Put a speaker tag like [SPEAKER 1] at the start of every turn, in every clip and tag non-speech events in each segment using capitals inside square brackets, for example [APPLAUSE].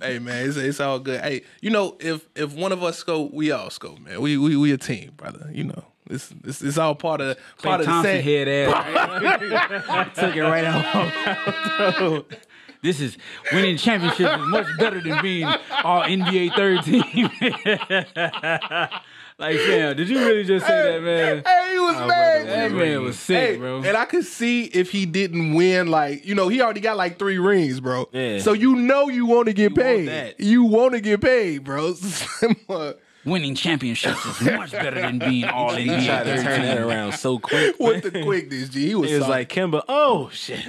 [SPEAKER 1] hey man, it's, it's all good. Hey, you know, if if one of us scope, we all scope, man. We we we a team, brother. You know, it's it's, it's all part of part of the
[SPEAKER 2] Thompson
[SPEAKER 1] set.
[SPEAKER 2] head ass took it right out. [LAUGHS] This is winning championships is much better than being all NBA third team. [LAUGHS] like, Sam, did you really just say that, man?
[SPEAKER 1] Hey, he was mad.
[SPEAKER 2] That man was sick,
[SPEAKER 1] Hey,
[SPEAKER 2] bro.
[SPEAKER 1] And I could see if he didn't win, like you know, he already got like three rings, bro.
[SPEAKER 3] Yeah.
[SPEAKER 1] So you know you want to get paid.
[SPEAKER 3] that.
[SPEAKER 1] You want to get paid, bro. [LAUGHS] What
[SPEAKER 2] winning championships is much better than being all
[SPEAKER 3] He tried
[SPEAKER 2] NBA
[SPEAKER 3] to turn that
[SPEAKER 2] third team.
[SPEAKER 3] [LAUGHS] around so quick.
[SPEAKER 1] with the quickness, G. He was,
[SPEAKER 3] [LAUGHS] It was
[SPEAKER 1] soft.
[SPEAKER 3] like Kimba. Oh shit.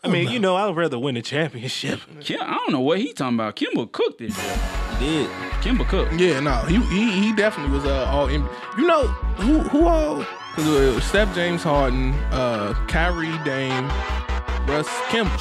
[SPEAKER 3] I mean, you know, I'd rather win a [LAUGHS] championship.
[SPEAKER 2] Kim, I don't know what he talking about. Kimba cooked it.
[SPEAKER 3] Did
[SPEAKER 2] Kimba cooked.
[SPEAKER 1] yeah, no, he he, he definitely was uh, all. In, you know who who all? Cause it was Steph James Harden, uh, Kyrie Dame, Russ Kimball.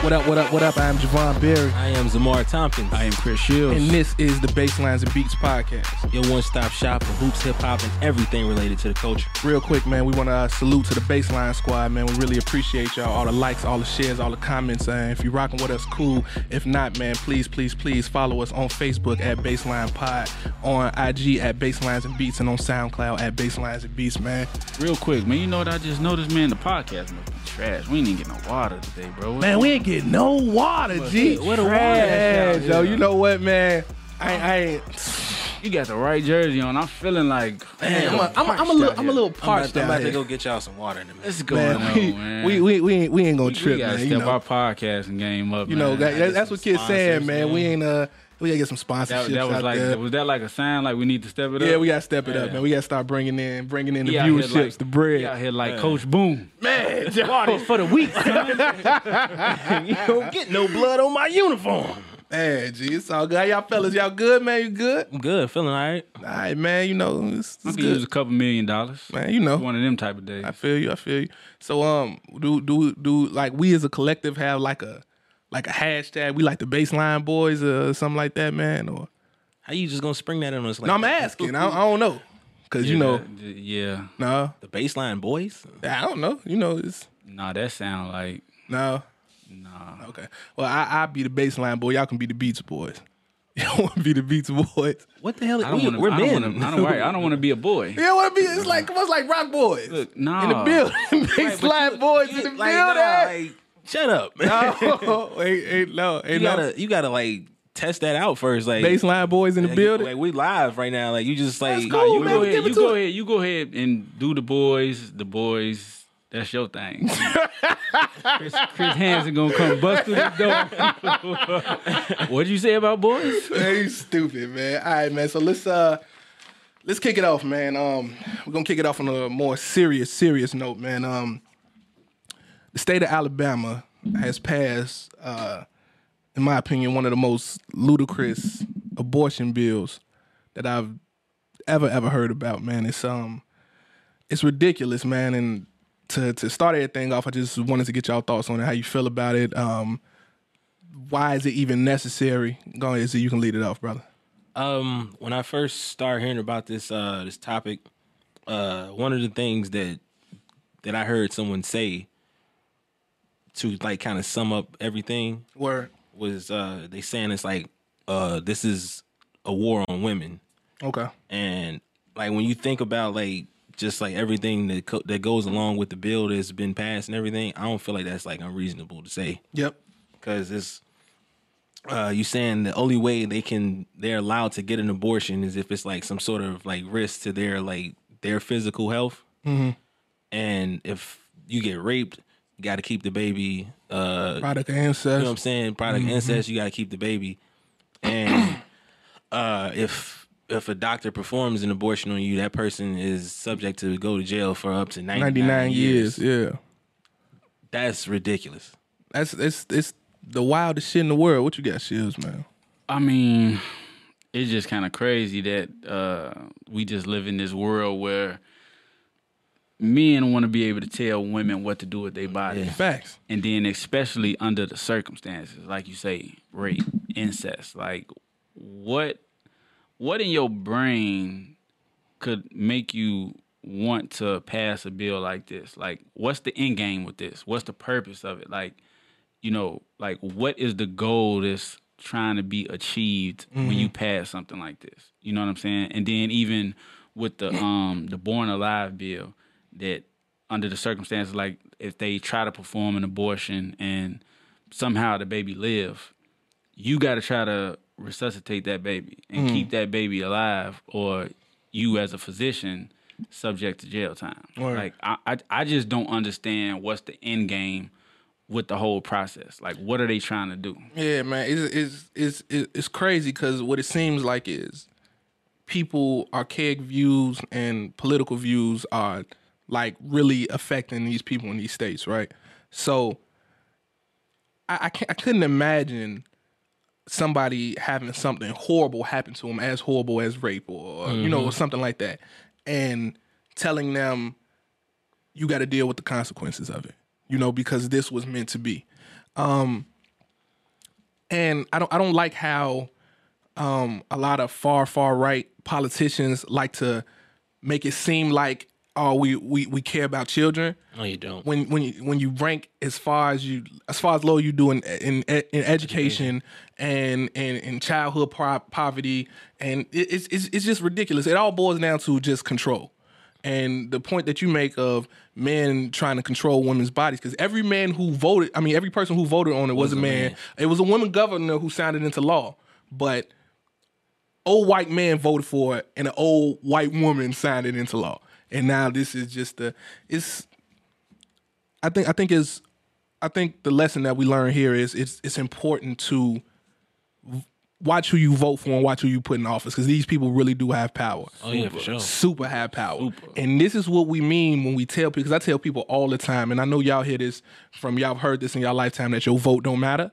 [SPEAKER 1] What up? What up? What up? I'm Javon Berry,
[SPEAKER 3] I am Zamar Tompkins. I am Chris Shields.
[SPEAKER 1] and this is the Baselines and Beats podcast.
[SPEAKER 3] your one-stop shop for hoops, hip hop, and everything related to the culture.
[SPEAKER 1] Real quick, man, we want to uh, salute to the Baseline Squad, man. We really appreciate y'all. All the likes, all the shares, all the comments. Uh, if you rocking with us, cool. If not, man, please, please, please follow us on Facebook at Baseline Pod, on IG at Baselines and Beats, and on SoundCloud at Baselines and Beats, man.
[SPEAKER 2] Real quick, man, you know what I just noticed, man? The podcast must be trash. We ain't even get no water today, bro.
[SPEAKER 1] Man, we ain't getting no water, G.
[SPEAKER 2] what a water
[SPEAKER 1] Trash,
[SPEAKER 2] out here.
[SPEAKER 1] yo. You know what, man? I, I ain't.
[SPEAKER 2] You got the right jersey on. I'm feeling like,
[SPEAKER 1] I'm
[SPEAKER 2] man,
[SPEAKER 1] a, I'm a, I'm a little, I'm a little parched
[SPEAKER 3] I'm
[SPEAKER 1] out
[SPEAKER 3] about to
[SPEAKER 1] here.
[SPEAKER 3] go get y'all some water in a minute.
[SPEAKER 2] what's going
[SPEAKER 1] Man, [LAUGHS] we,
[SPEAKER 2] on, man?
[SPEAKER 1] we, we, we, ain't, we ain't gonna
[SPEAKER 2] We
[SPEAKER 1] trip,
[SPEAKER 2] gotta
[SPEAKER 1] man.
[SPEAKER 2] step
[SPEAKER 1] You know,
[SPEAKER 2] our podcasting game up.
[SPEAKER 1] You
[SPEAKER 2] man.
[SPEAKER 1] know, that,
[SPEAKER 3] get
[SPEAKER 1] that's
[SPEAKER 3] some
[SPEAKER 1] what kids saying,
[SPEAKER 3] sponsors,
[SPEAKER 1] man. We
[SPEAKER 3] man.
[SPEAKER 1] ain't uh, we gotta get some sponsorships
[SPEAKER 2] that, that was
[SPEAKER 1] out
[SPEAKER 2] like,
[SPEAKER 1] there.
[SPEAKER 2] was that like a sign? Like we need to step it up.
[SPEAKER 1] yeah, we gotta step it up,
[SPEAKER 2] Yeah.
[SPEAKER 1] man. We gotta start bringing in, bringing in the
[SPEAKER 2] He out here
[SPEAKER 1] viewerships,
[SPEAKER 2] like-
[SPEAKER 1] the
[SPEAKER 2] he out
[SPEAKER 1] bread.
[SPEAKER 2] here like Coach
[SPEAKER 1] [LAUGHS]
[SPEAKER 2] Boom.
[SPEAKER 1] Man,
[SPEAKER 2] Party for
[SPEAKER 1] [LAUGHS]
[SPEAKER 2] the week. son.
[SPEAKER 3] you don't get no blood on my uniform.
[SPEAKER 1] man, G, it's all good. How y'all fellas, y'all good, man? You good?
[SPEAKER 3] I'm good, feeling all right.
[SPEAKER 1] All right, man. You know, it's,
[SPEAKER 2] I
[SPEAKER 1] it's
[SPEAKER 2] could use a
[SPEAKER 1] good,
[SPEAKER 2] couple million dollars.
[SPEAKER 1] man. You know,
[SPEAKER 2] One of them type of days.
[SPEAKER 1] I feel you. I feel you. So, um, do do do like we as a collective have like a like a hashtag? We like the baseline boys or something like that, man. Or
[SPEAKER 3] How you just gonna spring that on us? Like
[SPEAKER 1] no, I'm
[SPEAKER 3] that?
[SPEAKER 1] asking. I, I don't know, cause you know,
[SPEAKER 2] that- yeah.
[SPEAKER 1] no,
[SPEAKER 3] The baseline boys.
[SPEAKER 1] I don't know. You know, it's
[SPEAKER 2] Nah, that sound like
[SPEAKER 1] no.
[SPEAKER 2] nah.
[SPEAKER 1] Okay. Well, I I be the baseline boy. Y'all can be the Beats boys. [LAUGHS] Y'all want to be the Beats boys.
[SPEAKER 3] What the hell?
[SPEAKER 2] I don't
[SPEAKER 3] We,
[SPEAKER 2] want to.
[SPEAKER 3] we're
[SPEAKER 2] I
[SPEAKER 3] men.
[SPEAKER 2] don't want
[SPEAKER 3] [LAUGHS]
[SPEAKER 2] to. I don't, right, I don't want to be
[SPEAKER 1] [LAUGHS]
[SPEAKER 2] a boy.
[SPEAKER 1] You know what I mean? It's like it's like rock boys.
[SPEAKER 2] Look, nah.
[SPEAKER 1] In the building. [LAUGHS] Big slap boys in the
[SPEAKER 3] Like, nah,
[SPEAKER 1] building.
[SPEAKER 3] like, shut up. man.
[SPEAKER 1] oh, [LAUGHS] ain't, ain't no,
[SPEAKER 3] you
[SPEAKER 1] ain't no
[SPEAKER 3] gotta, you gotta like test that out first. Like
[SPEAKER 1] baseline boys in the
[SPEAKER 3] like,
[SPEAKER 1] building.
[SPEAKER 3] Like we live right now. Like you just like
[SPEAKER 1] That's cool,
[SPEAKER 2] You
[SPEAKER 1] man.
[SPEAKER 2] go
[SPEAKER 1] we
[SPEAKER 2] ahead.
[SPEAKER 1] give it
[SPEAKER 2] You
[SPEAKER 1] to
[SPEAKER 2] go
[SPEAKER 1] it.
[SPEAKER 2] ahead. You go ahead and do the boys. The boys. That's your
[SPEAKER 1] [LAUGHS]
[SPEAKER 2] thing. Chris, Chris Hansen gonna come bust through the door. [LAUGHS] What'd you say about boys?
[SPEAKER 1] man, you stupid, man. All right, man. So let's uh let's kick it off, man. Um we're gonna kick it off on a more serious, serious note, man. Um the state of Alabama has passed uh in my opinion, one of the most ludicrous abortion bills that I've ever, ever heard about, man. It's um it's ridiculous, man. And to to start everything off, I just wanted to get y'all thoughts on it, how you feel about it. Um why is it even necessary? Go ahead, Z, you can lead it off, brother.
[SPEAKER 3] um when I first started hearing about this uh this topic, uh one of the things that that I heard someone say to like kind of sum up everything
[SPEAKER 1] Word.
[SPEAKER 3] was uh they saying it's like uh this is a war on women
[SPEAKER 1] Okay.
[SPEAKER 3] and like when you think about like just like everything that co- that goes along with the bill that's been passed and everything, I don't feel like that's like unreasonable to say
[SPEAKER 1] Yep.
[SPEAKER 3] because it's uh you saying the only way they can they're allowed to get an abortion is if it's like some sort of like risk to their like their physical health
[SPEAKER 1] Mm-hmm.
[SPEAKER 3] and if you get raped you got to keep the baby uh
[SPEAKER 1] Product of incest.
[SPEAKER 3] you know what I'm saying? Product
[SPEAKER 1] Mm-hmm.
[SPEAKER 3] incest, you gotta keep the baby. And [CLEARS THROAT] uh if if a doctor performs an abortion on you, that person is subject to go to jail for up to 99,
[SPEAKER 1] 99
[SPEAKER 3] years.
[SPEAKER 1] years. Yeah.
[SPEAKER 3] That's ridiculous.
[SPEAKER 1] That's it's it's the wildest shit in the world. What you got, Shields, man?
[SPEAKER 2] I mean, it's just kind of crazy that uh, we just live in this world where men want to be able to tell women what to do with their body.
[SPEAKER 1] Facts.
[SPEAKER 2] And then, especially under the circumstances, like you say, rape, incest, like what, what in your brain could make you want to pass a bill like this? Like, what's the end game with this? What's the purpose of it? Like, you know, like what is the goal this trying to be achieved when you pass something like this. You know what I'm saying? And then even with the um the born alive bill that under the circumstances like if they try to perform an abortion and somehow the baby live, you got to try to resuscitate that baby and keep that baby alive, or you as a physician subject to jail time.
[SPEAKER 1] Word.
[SPEAKER 2] Like I, I, I just don't understand what's the end game with the whole process. Like, what are they trying to do?
[SPEAKER 1] Yeah, man, it's it's it's it's- it's crazy because what it seems like is people archaic views and political views are like really affecting these people in these states, right? So I I, can't, I couldn't imagine somebody having something horrible happen to them, as horrible as rape or you know or something like that, and telling them you got to deal with the consequences of it, you know, because this was meant to be and I don't I don't like how um, a lot of far far right politicians like to make it seem like oh we we, we care about children
[SPEAKER 3] No, you don't.
[SPEAKER 1] when when you when you rank as far as you as far as low you do in in, in education and and in childhood po- poverty and it, it's it's it's just ridiculous. It all boils down to just control. And the point that you make of men trying to control women's bodies, because every man who voted, I mean, every person who voted on it was, a man. It was a woman governor who signed it into law, but old white man voted for it, and an old white woman signed it into law. And now this is just the it's I think I think is I think the lesson that we learn here is it's it's important to v- watch who you vote for and watch who you put in office because these people really do have power.
[SPEAKER 3] Oh yeah, for sure.
[SPEAKER 1] Super high power. And this is what we mean when we tell people, because I tell people all the time, and I know y'all hear this from y'all have heard this in y'all lifetime that your vote don't matter.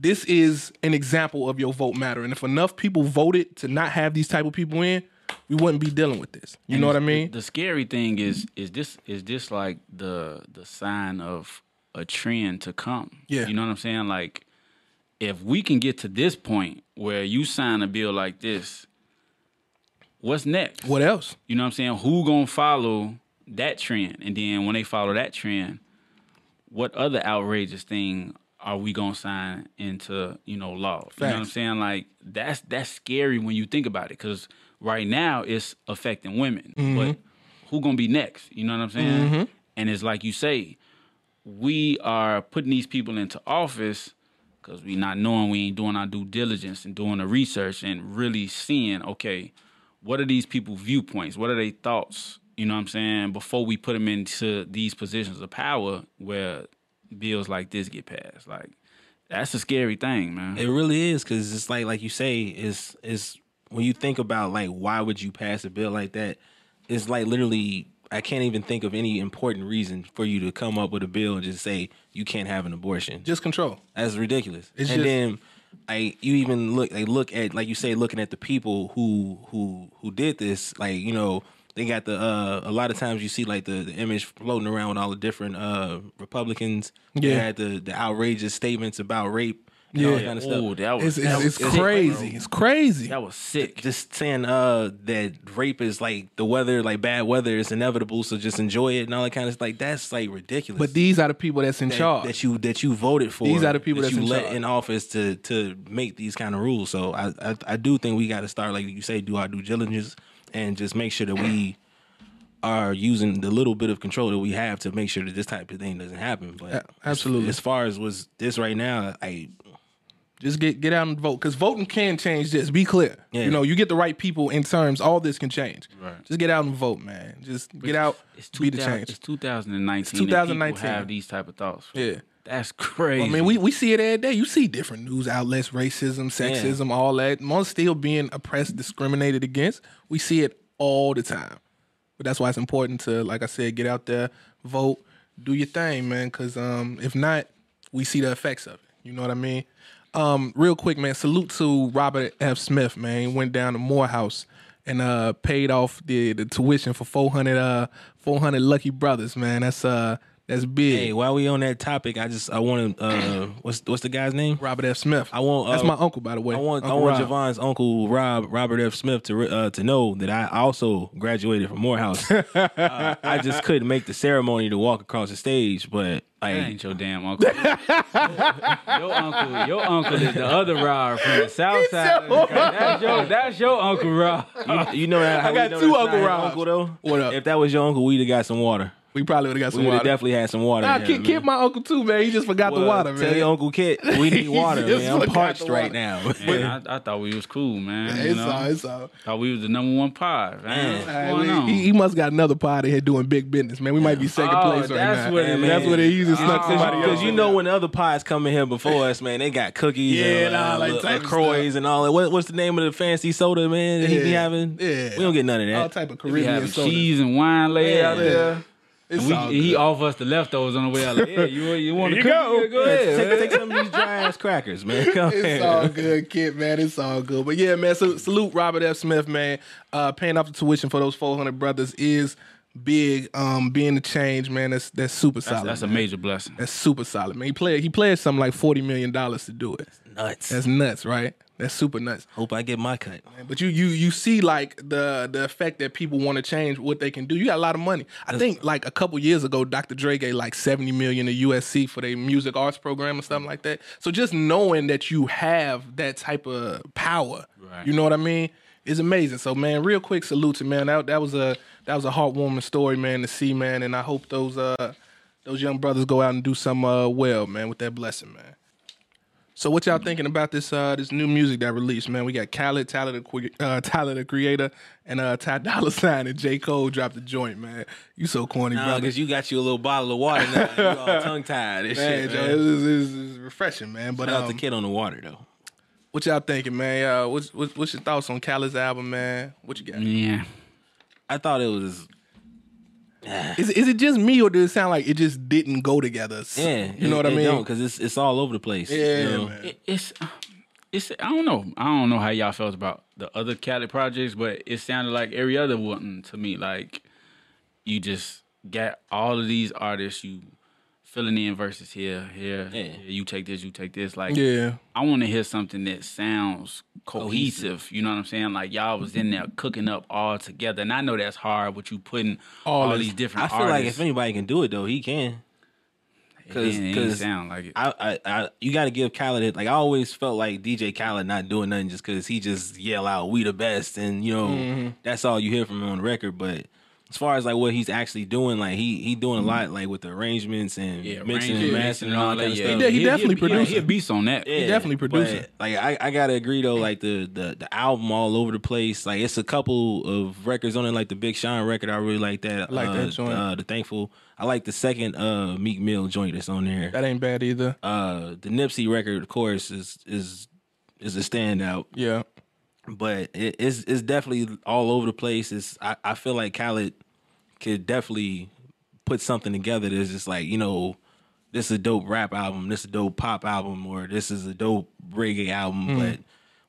[SPEAKER 1] This is an example of your vote matter. And if enough people voted to not have these type of people in, we wouldn't be dealing with this. You know what I mean? Mm-hmm.
[SPEAKER 2] The scary thing is, is this is this like the the sign of a trend to come?
[SPEAKER 1] Yeah.
[SPEAKER 2] you know what I'm saying. Like, if we can get to this point where you sign a bill like this, what's next?
[SPEAKER 1] What else?
[SPEAKER 2] You know what I'm saying? Who gonna follow that trend? And then when they follow that trend, what other outrageous thing are we gonna sign into you know law? You know what I'm
[SPEAKER 1] Facts.
[SPEAKER 2] saying? Like that's that's scary when you think about it, because right now it's affecting women, but who gonna be next? You know what I'm saying? And it's like you say, we are putting these people into office because we not knowing we ain't doing our due diligence and doing the research and really seeing okay what are these people viewpoints what are their thoughts you know what i'm saying before we put them into these positions of power where bills like this get passed like that's a scary thing man
[SPEAKER 3] It really is because it's like like you say it's it's when you think about like why would you pass a bill like that? It's like literally I can't even think of any important reason for you to come up with a bill and just say you can't have an abortion.
[SPEAKER 1] Just control.
[SPEAKER 3] That's ridiculous.
[SPEAKER 1] It's
[SPEAKER 3] and
[SPEAKER 1] just-
[SPEAKER 3] then like you even look like look at like you say looking at the people who who who did this like you know they got the uh a lot of times you see like the, the image floating around with all the different uh Republicans
[SPEAKER 1] Yeah.
[SPEAKER 3] that had the the outrageous statements about rape and all that
[SPEAKER 1] Yeah.
[SPEAKER 3] kind of stuff
[SPEAKER 2] oh that was
[SPEAKER 1] It's,
[SPEAKER 2] that
[SPEAKER 1] it's,
[SPEAKER 2] was
[SPEAKER 1] it's
[SPEAKER 2] sick,
[SPEAKER 1] crazy.
[SPEAKER 2] bro.
[SPEAKER 1] It's crazy.
[SPEAKER 2] that was sick
[SPEAKER 3] just saying uh that rape is like the weather like bad weather is inevitable so just enjoy it and all that kind of stuff like that's like ridiculous
[SPEAKER 1] But these are the people that's in
[SPEAKER 3] that,
[SPEAKER 1] charge.
[SPEAKER 3] that you that you voted for
[SPEAKER 1] These are the people
[SPEAKER 3] that
[SPEAKER 1] that's
[SPEAKER 3] you
[SPEAKER 1] in
[SPEAKER 3] let
[SPEAKER 1] charge.
[SPEAKER 3] in office to to make these kind of rules so I, I i do think we got to start like you say do our due diligence and just make sure that we [CLEARS THROAT] are using the little bit of control that we have to make sure that this type of thing doesn't happen but as-
[SPEAKER 1] absolutely.
[SPEAKER 3] as, far as was this right now i
[SPEAKER 1] Just get get out and vote because voting can change this. Be clear.
[SPEAKER 3] Yeah.
[SPEAKER 1] You know, you get the right people in terms. All this can change. Right. Just get out and vote, man. Just get out.
[SPEAKER 2] it's,
[SPEAKER 1] be the
[SPEAKER 2] 2000
[SPEAKER 1] change.
[SPEAKER 2] it's 2019 it's
[SPEAKER 1] 2019.
[SPEAKER 2] 2019 people have these type of thoughts
[SPEAKER 1] Yeah.
[SPEAKER 2] that's crazy
[SPEAKER 1] I mean, we, we see it every day. You see different news outlets, racism, sexism, all that. Most still being oppressed, discriminated against. We see it all the time. But that's why it's important to, like I said, get out there, vote, do your thing, man. Because um, if not, we see the effects of it. You know what I mean? Um, real quick, man. Salute to Robert F. Smith, man. He went down to Morehouse and uh, paid off the, the tuition for 400, uh, 400 lucky brothers, man. That's uh, that's big.
[SPEAKER 3] hey while we on that topic i just i want to uh [CLEARS THROAT] what's what's the guy's name
[SPEAKER 1] Robert F. Smith.
[SPEAKER 3] I want, uh,
[SPEAKER 1] That's my uncle, by the way.
[SPEAKER 3] I want
[SPEAKER 1] Uncle
[SPEAKER 3] I want
[SPEAKER 1] Rob.
[SPEAKER 3] Javon's uncle Rob Robert F. Smith to re- uh, to know that I also
[SPEAKER 1] [LAUGHS]
[SPEAKER 3] graduated from Morehouse. uh, I just couldn't make the ceremony to walk across the stage, but Like,
[SPEAKER 2] That
[SPEAKER 3] [LAUGHS]
[SPEAKER 2] ain't your damn
[SPEAKER 1] [LAUGHS]
[SPEAKER 2] uncle. your uncle, your uncle is the other Rob from the south side. of the country. That's your, that's your uncle Rob.
[SPEAKER 1] [LAUGHS]
[SPEAKER 3] you, you know that. how we
[SPEAKER 1] got
[SPEAKER 3] know
[SPEAKER 1] two
[SPEAKER 3] that's not
[SPEAKER 1] Uncle
[SPEAKER 3] his
[SPEAKER 1] Robs.
[SPEAKER 3] Uncle though.
[SPEAKER 1] What up?
[SPEAKER 3] If that was your uncle, we'd have got some water.
[SPEAKER 1] We probably would have got
[SPEAKER 3] We
[SPEAKER 1] some
[SPEAKER 3] would
[SPEAKER 1] water.
[SPEAKER 3] have definitely had some water.
[SPEAKER 1] Nah,
[SPEAKER 3] in there,
[SPEAKER 1] Kit,
[SPEAKER 3] man.
[SPEAKER 1] Kit, my uncle too, man. He just forgot the
[SPEAKER 3] Well,
[SPEAKER 1] water,
[SPEAKER 3] Tell your
[SPEAKER 1] man.
[SPEAKER 3] Uncle Kit
[SPEAKER 1] [LAUGHS]
[SPEAKER 3] we need water,
[SPEAKER 1] just
[SPEAKER 3] man. I'm
[SPEAKER 1] forgot
[SPEAKER 3] parched
[SPEAKER 1] the
[SPEAKER 3] right
[SPEAKER 1] water.
[SPEAKER 3] now.
[SPEAKER 2] Man, I, I thought we was cool, man. you
[SPEAKER 1] It's
[SPEAKER 2] know?
[SPEAKER 1] all, it's all.
[SPEAKER 2] Thought we was the number one pod, man. What's
[SPEAKER 1] All
[SPEAKER 2] going
[SPEAKER 1] right,
[SPEAKER 2] on?
[SPEAKER 1] man. he, he must got another pod in here doing big business, man. We might be second
[SPEAKER 2] Oh,
[SPEAKER 1] place right
[SPEAKER 2] that's
[SPEAKER 1] now.
[SPEAKER 2] what it
[SPEAKER 1] Man,
[SPEAKER 2] is.
[SPEAKER 1] That's what it is. He snuck
[SPEAKER 2] Oh.
[SPEAKER 1] somebody else.
[SPEAKER 3] Because you
[SPEAKER 1] in
[SPEAKER 3] know
[SPEAKER 1] there.
[SPEAKER 3] when the other pods come in here before us, man, they got cookies,
[SPEAKER 1] Yeah,
[SPEAKER 3] and,
[SPEAKER 1] nah,
[SPEAKER 3] uh,
[SPEAKER 1] like
[SPEAKER 3] La-
[SPEAKER 1] type of
[SPEAKER 3] LaCroix and all that. What, what's the name of the fancy soda, man? That he be
[SPEAKER 1] Yeah.
[SPEAKER 3] having?
[SPEAKER 1] Yeah.
[SPEAKER 3] we don't get none of
[SPEAKER 1] all
[SPEAKER 3] that.
[SPEAKER 1] type of
[SPEAKER 2] We
[SPEAKER 1] Caribbean
[SPEAKER 2] have
[SPEAKER 1] soda.
[SPEAKER 2] cheese and wine laid out
[SPEAKER 3] Yeah.
[SPEAKER 2] there.
[SPEAKER 1] It's
[SPEAKER 2] We,
[SPEAKER 1] all
[SPEAKER 2] he
[SPEAKER 1] good.
[SPEAKER 2] offered us the leftovers on the way out.
[SPEAKER 1] [LAUGHS]
[SPEAKER 2] Like, yeah, you, you want to
[SPEAKER 1] Here you
[SPEAKER 2] go?
[SPEAKER 1] go.
[SPEAKER 2] Go ahead. man.
[SPEAKER 3] take, take some of these dry ass crackers, man. Come
[SPEAKER 1] It's
[SPEAKER 3] here.
[SPEAKER 1] all good, kid, man. It's all good. But yeah, man, so, salute Robert F. Smith, man. Uh, paying off the tuition for those 400 brothers is big. Um, being the change, man, that's that's super solid.
[SPEAKER 2] That's a
[SPEAKER 1] man.
[SPEAKER 2] major blessing.
[SPEAKER 1] That's super solid, man. He played he played something like $40 million to do it.
[SPEAKER 3] [LAUGHS] nuts.
[SPEAKER 1] That's nuts, right? That's super nuts.
[SPEAKER 3] Hope I get my cut.
[SPEAKER 1] But you you you see like the the effect that people want to change what they can do. You got a lot of money. I think like a couple years ago, Dr. Dre gave like seventy million to USC for their music arts program or something like that. So just knowing that you have that type of power,
[SPEAKER 2] Right.
[SPEAKER 1] you know what I mean, is amazing. So man, real quick salute to man. That that was a that was a heartwarming story, man, to see, man. And I hope those uh those young brothers go out and do some uh well, man, with that blessing, man. So what y'all thinking about this uh this new music that released, man? We got Khaled, Tyler the, Cre- uh, Tyler the Creator, and uh Ty Dolla Sign and J. Cole dropped the joint, man. You so corny,
[SPEAKER 3] Nah,
[SPEAKER 1] brother.
[SPEAKER 3] because you got you a little bottle of water now. and
[SPEAKER 1] [LAUGHS]
[SPEAKER 3] You all tongue tied
[SPEAKER 1] Man,
[SPEAKER 3] and shit.
[SPEAKER 1] Joe,
[SPEAKER 3] Man.
[SPEAKER 1] it was- it was- it was refreshing, man. But
[SPEAKER 3] Shout out the
[SPEAKER 1] um,
[SPEAKER 3] kid on the water though.
[SPEAKER 1] what y'all thinking, man? Uh, what's, what's what's your thoughts on Khaled's album, man? What you got?
[SPEAKER 2] Yeah.
[SPEAKER 3] I thought it was
[SPEAKER 1] Is it- is it just me or does it sound like it just didn't go together?
[SPEAKER 3] yeah.
[SPEAKER 1] you know what I mean?
[SPEAKER 3] Because it's it's all over the place.
[SPEAKER 1] yeah,
[SPEAKER 3] you know?
[SPEAKER 1] man.
[SPEAKER 2] It, it's uh, it's I don't know. I don't know how y'all felt about the other Cali projects, but it sounded like every other one to me. Like you just got all of these artists, you filling in verses here, here,
[SPEAKER 3] Yeah.
[SPEAKER 2] here, you take this, you take this. Like
[SPEAKER 1] yeah,
[SPEAKER 2] I want to hear something that sounds cohesive, You know what I'm saying? Like y'all was in there cooking up all together, and I know that's hard. But you putting all,
[SPEAKER 1] All this-
[SPEAKER 2] these different
[SPEAKER 3] I feel like
[SPEAKER 2] artists,
[SPEAKER 3] if anybody can do it though, he can.
[SPEAKER 2] it didn't- it didn't
[SPEAKER 3] 'cause-
[SPEAKER 2] sound like it.
[SPEAKER 3] I, I, I you got to give Khaled it. Like I always felt like DJ Khaled not doing nothing just because he just yell out "We the best" and you know
[SPEAKER 1] Mm-hmm.
[SPEAKER 3] that's all you hear from him on the record. But as far as like what he's actually doing, like he he
[SPEAKER 1] Mm-hmm.
[SPEAKER 3] doing a lot like with the arrangements and
[SPEAKER 2] yeah,
[SPEAKER 3] mixing
[SPEAKER 2] Rain
[SPEAKER 3] and
[SPEAKER 2] Man,
[SPEAKER 3] mastering and all that kind of
[SPEAKER 2] yeah.
[SPEAKER 3] stuff.
[SPEAKER 1] He- he
[SPEAKER 2] He'll-
[SPEAKER 1] definitely
[SPEAKER 2] he'll- yeah,
[SPEAKER 1] producing.
[SPEAKER 2] He'll beats on that.
[SPEAKER 3] Yeah,
[SPEAKER 1] definitely producing.
[SPEAKER 3] but, Like I, I gotta agree though, like the, the the album all over the place. Like it's a couple of records on it, like the Big Sean record. I really like that.
[SPEAKER 1] I like
[SPEAKER 3] uh,
[SPEAKER 1] that joint.
[SPEAKER 3] Uh, the Thankful. I like the second uh Meek Mill joint that's on there.
[SPEAKER 1] that ain't bad either.
[SPEAKER 3] Uh, the Nipsey record, of course, is is is a standout,
[SPEAKER 1] Yeah,
[SPEAKER 3] but it, it's it's definitely all over the place. It's I, I feel like Khaled could definitely put something together that's just like you know this is a dope rap album, this is a dope pop album, or this is a dope reggae album,
[SPEAKER 1] Mm.
[SPEAKER 3] but.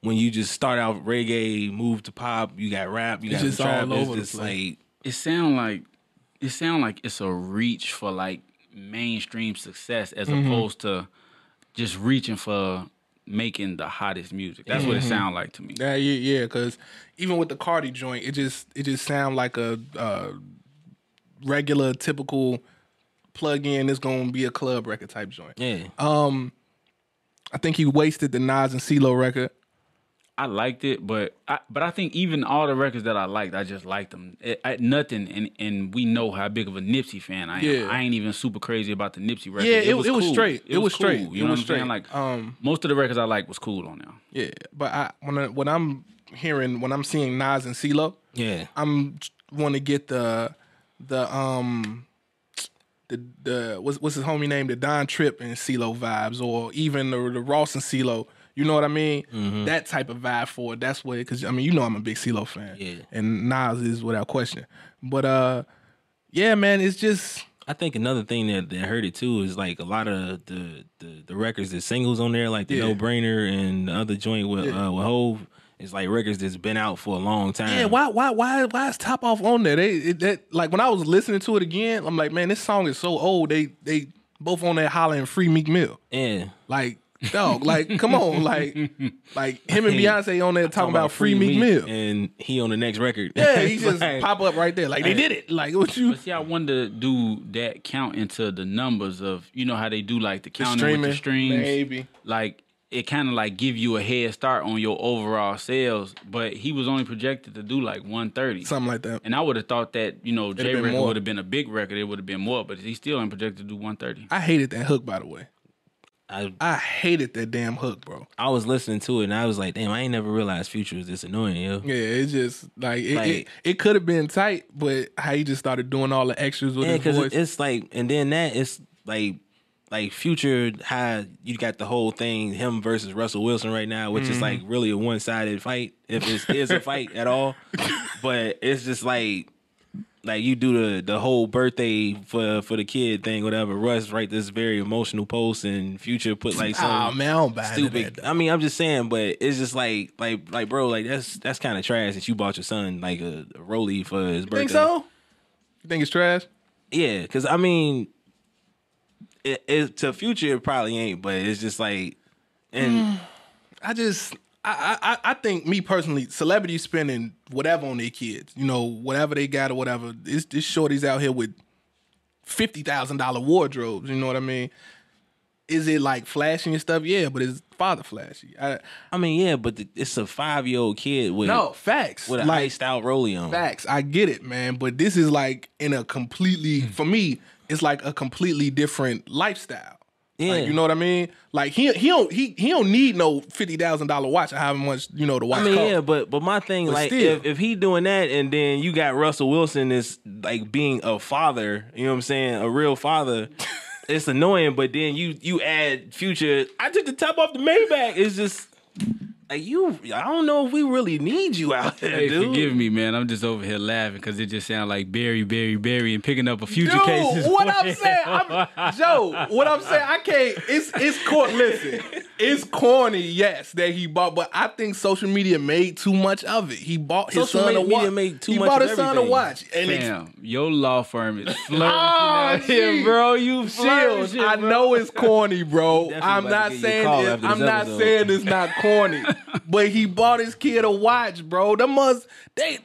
[SPEAKER 3] When you just start out reggae, move to pop, you got rap, you
[SPEAKER 1] It's
[SPEAKER 3] got
[SPEAKER 1] just
[SPEAKER 3] trap.
[SPEAKER 1] all over the
[SPEAKER 3] it's just
[SPEAKER 1] place.
[SPEAKER 3] like
[SPEAKER 2] it sound like it sound like it's a reach for like mainstream success as
[SPEAKER 1] Mm-hmm.
[SPEAKER 2] opposed to just reaching for making the hottest music. That's
[SPEAKER 1] Mm-hmm.
[SPEAKER 2] what it sound like to me.
[SPEAKER 1] yeah, yeah, yeah. Because even with the Cardi joint, it just it just sound like a uh, regular typical plug in. It's gonna be a club record type joint.
[SPEAKER 3] yeah,
[SPEAKER 1] I think he wasted the Nas and CeeLo record.
[SPEAKER 2] I liked it, but I but I think even all the records that I liked, I just liked them. It, I, nothing, and and we know how big of a Nipsey fan I am.
[SPEAKER 1] Yeah.
[SPEAKER 2] I ain't even super crazy about the Nipsey record.
[SPEAKER 1] Yeah, it- it was
[SPEAKER 2] cool.
[SPEAKER 1] straight. It was
[SPEAKER 2] cool.
[SPEAKER 1] straight.
[SPEAKER 2] You
[SPEAKER 1] It
[SPEAKER 2] know
[SPEAKER 1] was
[SPEAKER 2] what I'm saying?
[SPEAKER 1] straight.
[SPEAKER 2] Like
[SPEAKER 1] Um,
[SPEAKER 2] most of the records I like was cool on there.
[SPEAKER 1] Yeah, but I when I, when I'm hearing when I'm seeing Nas and CeeLo,
[SPEAKER 3] yeah.
[SPEAKER 1] I'm want to get the the um the the what's what's his homie name the Don Trip and CeeLo vibes or even the, the Ross and CeeLo. You know what I mean? That type of vibe for it. That's what because I mean you know I'm a big CeeLo fan.
[SPEAKER 3] Yeah.
[SPEAKER 1] And Nas is without question. But uh, yeah, man, it's just
[SPEAKER 3] I think another thing that, that hurt it too is like a lot of the the, the records, the singles on there, like the
[SPEAKER 1] Yeah.
[SPEAKER 3] No Brainer and the other joint with uh, with Hove, is like records that's been out for a long time.
[SPEAKER 1] yeah. Why why why why is Top Off on there? They it, that like when I was listening to it again, I'm like, man, this song is so old. They they both on there hollering free Meek Mill.
[SPEAKER 3] Yeah.
[SPEAKER 1] Like dog. Like, come on, like, like him and Beyonce on there talking, about, free Meek Mill. Yeah,
[SPEAKER 3] and he on the next record.
[SPEAKER 1] he
[SPEAKER 3] It's
[SPEAKER 1] just
[SPEAKER 3] [LAUGHS] like-
[SPEAKER 1] pop up right there. Like they did it. Like what you?
[SPEAKER 2] But see, I wonder do that count into the numbers of you know how they do like the counting with the streams.
[SPEAKER 1] maybe.
[SPEAKER 2] Like it kind of like give you a head start on your overall sales. But he was only projected to do like one thirty.
[SPEAKER 1] something like that.
[SPEAKER 2] And I would have thought that you know J
[SPEAKER 1] been
[SPEAKER 2] record
[SPEAKER 1] more.
[SPEAKER 2] would have been a big record. It would have been more, but he still ain't projected to do one thirty.
[SPEAKER 1] I hated that hook, by the way.
[SPEAKER 3] I,
[SPEAKER 1] I hated that damn hook, bro.
[SPEAKER 3] I was listening to it and I was like, damn, I ain't never realized Future was this annoying, yo.
[SPEAKER 1] Yeah, it's just like it. it,
[SPEAKER 3] Like-
[SPEAKER 1] it could have been tight, but how he just started doing all the extras with
[SPEAKER 3] Yeah,
[SPEAKER 1] his
[SPEAKER 3] because
[SPEAKER 1] voice.
[SPEAKER 3] it's like, and then that it's like, like Future, how you got the whole thing, him versus Russell Wilson right now, which
[SPEAKER 1] Mm-hmm.
[SPEAKER 3] is like really a one sided fight, if it is a fight
[SPEAKER 1] [LAUGHS]
[SPEAKER 3] at all. But it's just like, like you do the the whole birthday for for the kid thing, whatever. Russ write this very emotional post, and Future put like some
[SPEAKER 1] oh man, I don't buy into that,
[SPEAKER 3] stupid. I mean, I'm just saying, but it's just like, like, like, bro, like that's that's kind of trash that you bought your son like a, a Roly for his
[SPEAKER 1] You
[SPEAKER 3] birthday.
[SPEAKER 1] think so? You think it's trash?
[SPEAKER 3] Yeah, because I mean, it, it to future it probably ain't, but it's just like, and
[SPEAKER 1] I just I, I I- I think me personally, celebrities spending whatever on their kids, you know, whatever they got or whatever. It's this shorties out here with fifty thousand dollar wardrobes. You know what I mean? Is it like flashing and stuff? Yeah, but is father flashy? I,
[SPEAKER 3] I mean, yeah, but the, it's a five year old kid with
[SPEAKER 1] no facts.
[SPEAKER 3] with a
[SPEAKER 1] like
[SPEAKER 3] iced out Roly on.
[SPEAKER 1] facts, I get it, man. But this is like in a completely
[SPEAKER 3] Hmm.
[SPEAKER 1] for me, it's like a completely different lifestyle.
[SPEAKER 3] Yeah,
[SPEAKER 1] Like, you know what I mean? Like he he don't he he don't need no fifty thousand dollar watch. or However much you know the watch
[SPEAKER 3] I mean,
[SPEAKER 1] cost.
[SPEAKER 3] yeah, but but my thing, like,
[SPEAKER 1] still.
[SPEAKER 3] if, if he doing that, and then you got Russell Wilson is like being a father, you know what I'm saying, a
[SPEAKER 1] [LAUGHS]
[SPEAKER 3] real father. it's annoying, but then you you add Future. I took the top off the Maybach. It's just like you. I don't know if we really need you out there,
[SPEAKER 2] Hey,
[SPEAKER 3] dude.
[SPEAKER 2] forgive me, man. I'm just over here laughing because it just sounds like Barry, Barry, Barry, and picking up a future
[SPEAKER 1] Dude,
[SPEAKER 2] cases.
[SPEAKER 1] what
[SPEAKER 3] [LAUGHS]
[SPEAKER 1] I'm saying, I'm, Joe, what I'm saying, I can't. It's it's corny. Listen, it's corny. Yes, that he bought, but I think social media made too much of it. He bought his
[SPEAKER 3] Social
[SPEAKER 1] son a
[SPEAKER 3] media
[SPEAKER 1] watch.
[SPEAKER 3] made too
[SPEAKER 1] he
[SPEAKER 3] much
[SPEAKER 1] bought
[SPEAKER 3] of
[SPEAKER 1] his son a
[SPEAKER 3] everything.
[SPEAKER 1] watch, and it's
[SPEAKER 2] Damn, your law
[SPEAKER 1] [LAUGHS]
[SPEAKER 2] firm is flourishing
[SPEAKER 1] Ah,
[SPEAKER 2] out here,
[SPEAKER 1] geez.
[SPEAKER 2] bro. You
[SPEAKER 1] Shields,
[SPEAKER 2] flourishing,
[SPEAKER 1] I
[SPEAKER 2] bro.
[SPEAKER 1] know it's corny, bro.
[SPEAKER 3] [LAUGHS]
[SPEAKER 1] I'm not
[SPEAKER 3] about to get you a
[SPEAKER 1] saying
[SPEAKER 3] call
[SPEAKER 1] it,
[SPEAKER 3] after
[SPEAKER 1] I'm
[SPEAKER 3] this
[SPEAKER 1] not
[SPEAKER 3] episode.
[SPEAKER 1] saying it's not
[SPEAKER 3] [LAUGHS]
[SPEAKER 1] corny, but he bought his kid a watch, bro. Them must they.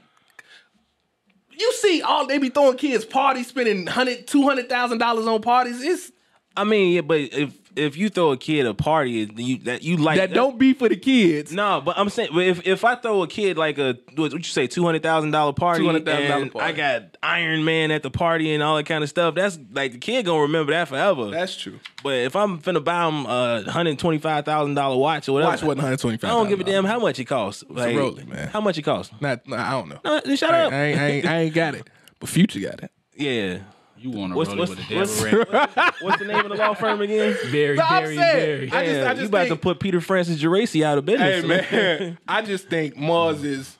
[SPEAKER 1] You see, all they be throwing kids parties, spending hundred, two hundred thousand dollars on parties. It's
[SPEAKER 3] I mean, yeah, but if if you throw a kid a party, then you that you like
[SPEAKER 1] that don't be for the kids.
[SPEAKER 3] No, but I'm saying, but if if I throw a kid like a what you say two hundred thousand dollar party,
[SPEAKER 1] $200,000
[SPEAKER 3] and
[SPEAKER 1] party.
[SPEAKER 3] I got Iron Man at the party and all that kind of stuff. That's like the kid gonna remember that forever.
[SPEAKER 1] That's true.
[SPEAKER 3] but if I'm finna buy him a hundred twenty five thousand dollar watch or whatever,
[SPEAKER 1] Watch wasn't hundred twenty
[SPEAKER 3] I
[SPEAKER 1] five.
[SPEAKER 3] don't give a damn how much it costs. Like,
[SPEAKER 1] Rolex, man.
[SPEAKER 3] How much it costs?
[SPEAKER 1] Not, nah, I don't know.
[SPEAKER 3] No, then shut
[SPEAKER 1] I,
[SPEAKER 3] up.
[SPEAKER 1] I, ain't, I, ain't, I ain't got it, but Future got it.
[SPEAKER 3] [LAUGHS] yeah.
[SPEAKER 2] You want to
[SPEAKER 3] What's-
[SPEAKER 2] roll it
[SPEAKER 3] what's-
[SPEAKER 2] with a
[SPEAKER 3] what's- [LAUGHS]
[SPEAKER 2] devil rat?
[SPEAKER 3] What's the name of the law firm again?
[SPEAKER 2] Barry,
[SPEAKER 1] No, I'm
[SPEAKER 2] Barry,
[SPEAKER 1] saying,
[SPEAKER 2] Barry.
[SPEAKER 1] I just-
[SPEAKER 3] Yeah, you about to
[SPEAKER 1] think-
[SPEAKER 3] put Peter Francis Geraci out of
[SPEAKER 1] Hey
[SPEAKER 3] business.
[SPEAKER 1] man, [LAUGHS] I just think Mars is